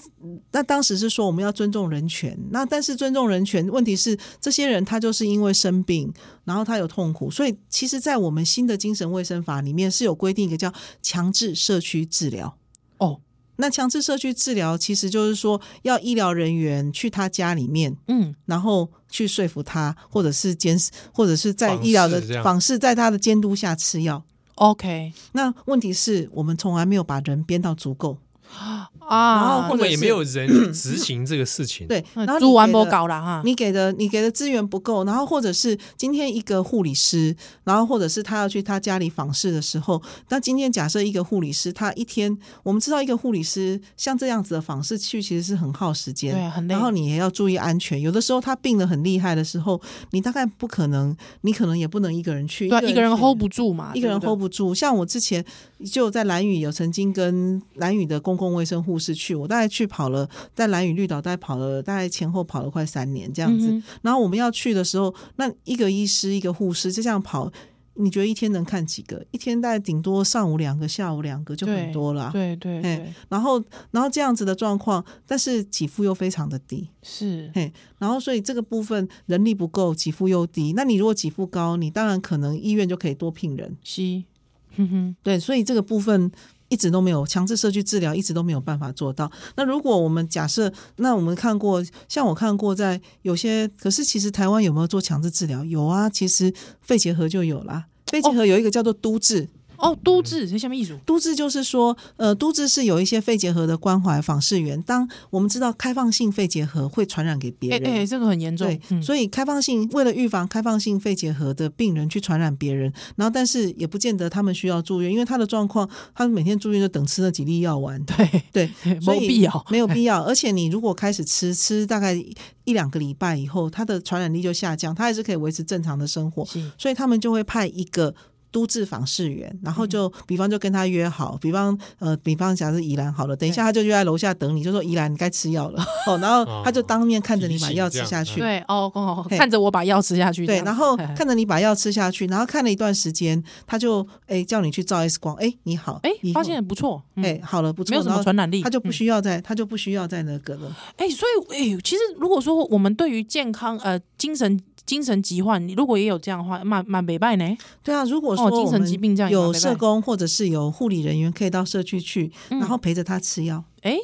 S3: 那当时是说我们要尊重人权，那但是尊重人权，问题是这些人他就是因为生病，然后他有痛苦，所以其实，在我们新的精神卫生法里面是有规定一个叫强制社区治疗。
S1: 哦，
S3: 那强制社区治疗其实就是说要医疗人员去他家里面，
S1: 嗯，
S3: 然后去说服他，或者是监视，或者是在
S2: 访视
S3: 医疗的
S2: 这样
S3: 访视，在他的监督下吃药。
S1: OK
S3: 那问题是我们从来没有把人编到足够，然
S1: 啊，
S3: 后
S2: 因
S3: 或者
S2: 为也没有人去执行这个事情。，
S3: 对，然后
S1: 猪
S3: 你
S1: 完
S3: 给
S1: 不
S3: 的
S1: 搞了哈，
S3: 你给的你给的资源不够，然后或者是今天一个护理师，然后或者是他要去他家里访视的时候，那今天假设一个护理师，他一天我们知道一个护理师像这样子的访视去其实是很耗时间，
S1: 对啊很累
S3: 然后你也要注意安全，有的时候他病得很厉害的时候，你大概不可能，你可能也不能一个人去，
S1: 对啊，一个人
S3: 去
S1: hold 不住嘛，
S3: 一个人
S1: 对
S3: hold
S1: 不
S3: 不住。像我之前就有在蓝屿有曾经跟蓝屿的公共卫生护士去，我大概去跑了，在蓝屿绿岛大概跑了，大概前后跑了快三年
S1: 对
S3: 这样子。
S1: 嗯哼
S3: 然后我们要去的时候，那一个医师一个护士就这样跑，你觉得一天能看几个？一天大概顶多上午两个，下午两个就很多了啊。
S1: 对对
S3: 哎
S1: 对，
S3: 然后，然后这样子的状况，但是给付又非常的低，
S1: 是
S3: 嘿，然后所以这个部分人力不够，给付又低。那你如果给付高，你当然可能医院就可以多聘人，
S1: 是，哼哼，
S3: 对，所以这个部分一直都没有强制社区治疗，一直都没有办法做到。那如果我们假设，那我们看过，像我看过在有些，可是其实台湾有没有做强制治疗？有啊，其实肺结核就有啦。肺结核有一个叫做都治，
S1: 哦，都治这下面艺术，
S3: 都治就是说，呃，都治是有一些肺结核的关怀访视员。当我们知道开放性肺结核会传染给别
S1: 哎
S3: 人，
S1: 哎，这个很严重
S3: 对，，
S1: 嗯
S3: 所以开放性为了预防开放性肺结核的病人去传染别人，然后但是也不见得他们需要住院，因为他的状况，他每天住院就等吃那几粒药 丸，
S1: 对，
S3: 对，所
S1: 没
S3: 以
S1: 有必 要，
S3: 没有必要。而且你如果开始吃，吃大概一两个礼拜以后，它的传染力就下降，它还是可以维持正常的生活。
S1: 是
S3: 所以他们就会派一个都治访视员，然后就比方就跟他约好，比方呃，比方假设宜兰好了，等一下他就约在楼下等你，就说宜兰你该吃药了哦，然后他就当面看着你把药吃下
S2: 提醒这
S3: 去。
S1: 对哦哦，
S3: 嘿
S1: 看着我把药吃下去这
S3: 对，
S1: 样子，
S3: 然后
S1: 嘿嘿
S3: 看着你把药吃下去，然后看了一段时间，他就哎叫你去照 X 光，哎你好，
S1: 哎
S3: 以后
S1: 发现不错，嗯
S3: 哎好了不错，
S1: 没有什
S3: 然
S1: 么
S3: 后
S1: 传染力，
S3: 他就不
S1: 嗯
S3: 需要再他就不需要再那个了。
S1: 哎、所以哎、其实如果说我们对于健康呃精神精神疾患，你如果也有这样的话，蛮蛮北拜呢。
S3: 对啊，如果说
S1: 哦精
S3: 我
S1: 神
S3: 们
S1: 疾病这样也蛮
S3: 有
S1: 没
S3: 社
S1: 办法
S3: 工或者是有护理人员可以到社区去，
S1: 嗯
S3: 然后陪着他吃药。
S1: 哎、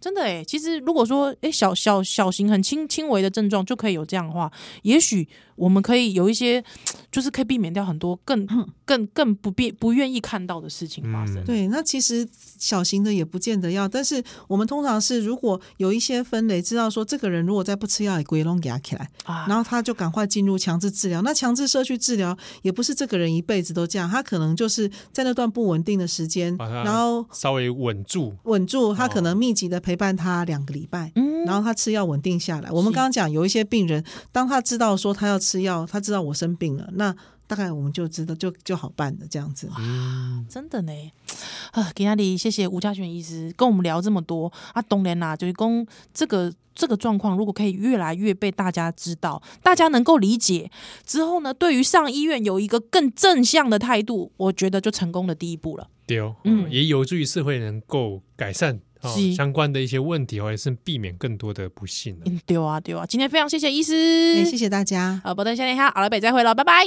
S1: 真的哎、其实如果说哎、小小小型很轻轻微的症状就可以有这样的话，也许我们可以有一些，就是可以避免掉很多更更更不必不愿意看到的事情发生。
S2: 嗯
S3: 对，那其实小型的也不见得要，但是我们通常是如果有一些分类，知道说这个人如果再不吃药，也归拢给他起来，
S1: 啊，
S3: 然后他就赶快进入强制治疗。那强制社区治疗也不是这个人一辈子都这样，他可能就是在那段不稳定的时间，
S2: 把他
S3: 然后
S2: 稍微稳住，
S3: 稳住，他可
S2: 哦
S3: 能密集的陪伴他两个礼拜。
S1: 嗯
S3: 然后他吃药稳定下来。我们
S1: 是
S3: 刚刚讲有一些病人，当他知道说他要吃药，他知道我生病了，那大概我们就知道就就好办了这样子。
S2: 嗯，
S1: 真的呢，啊，给阿里谢谢吴家璇医师跟我们聊这么多啊，当然啦，就是公这个这个状况，如果可以越来越被大家知道，大家能够理解之后呢，对于上医院有一个更正向的态度，我觉得就成功的第一步了。
S2: 对哦，
S1: 嗯
S2: 嗯，也有助于社会能够改善哦
S1: 是
S2: 相关的一些问题，或哦者是避免更多的不幸了。
S1: 嗯，对啊，对啊，今天非常谢谢医
S3: 也
S1: 师，
S3: 哎谢谢大家。
S1: 好，不等下天哈，好了，北再会了，拜拜。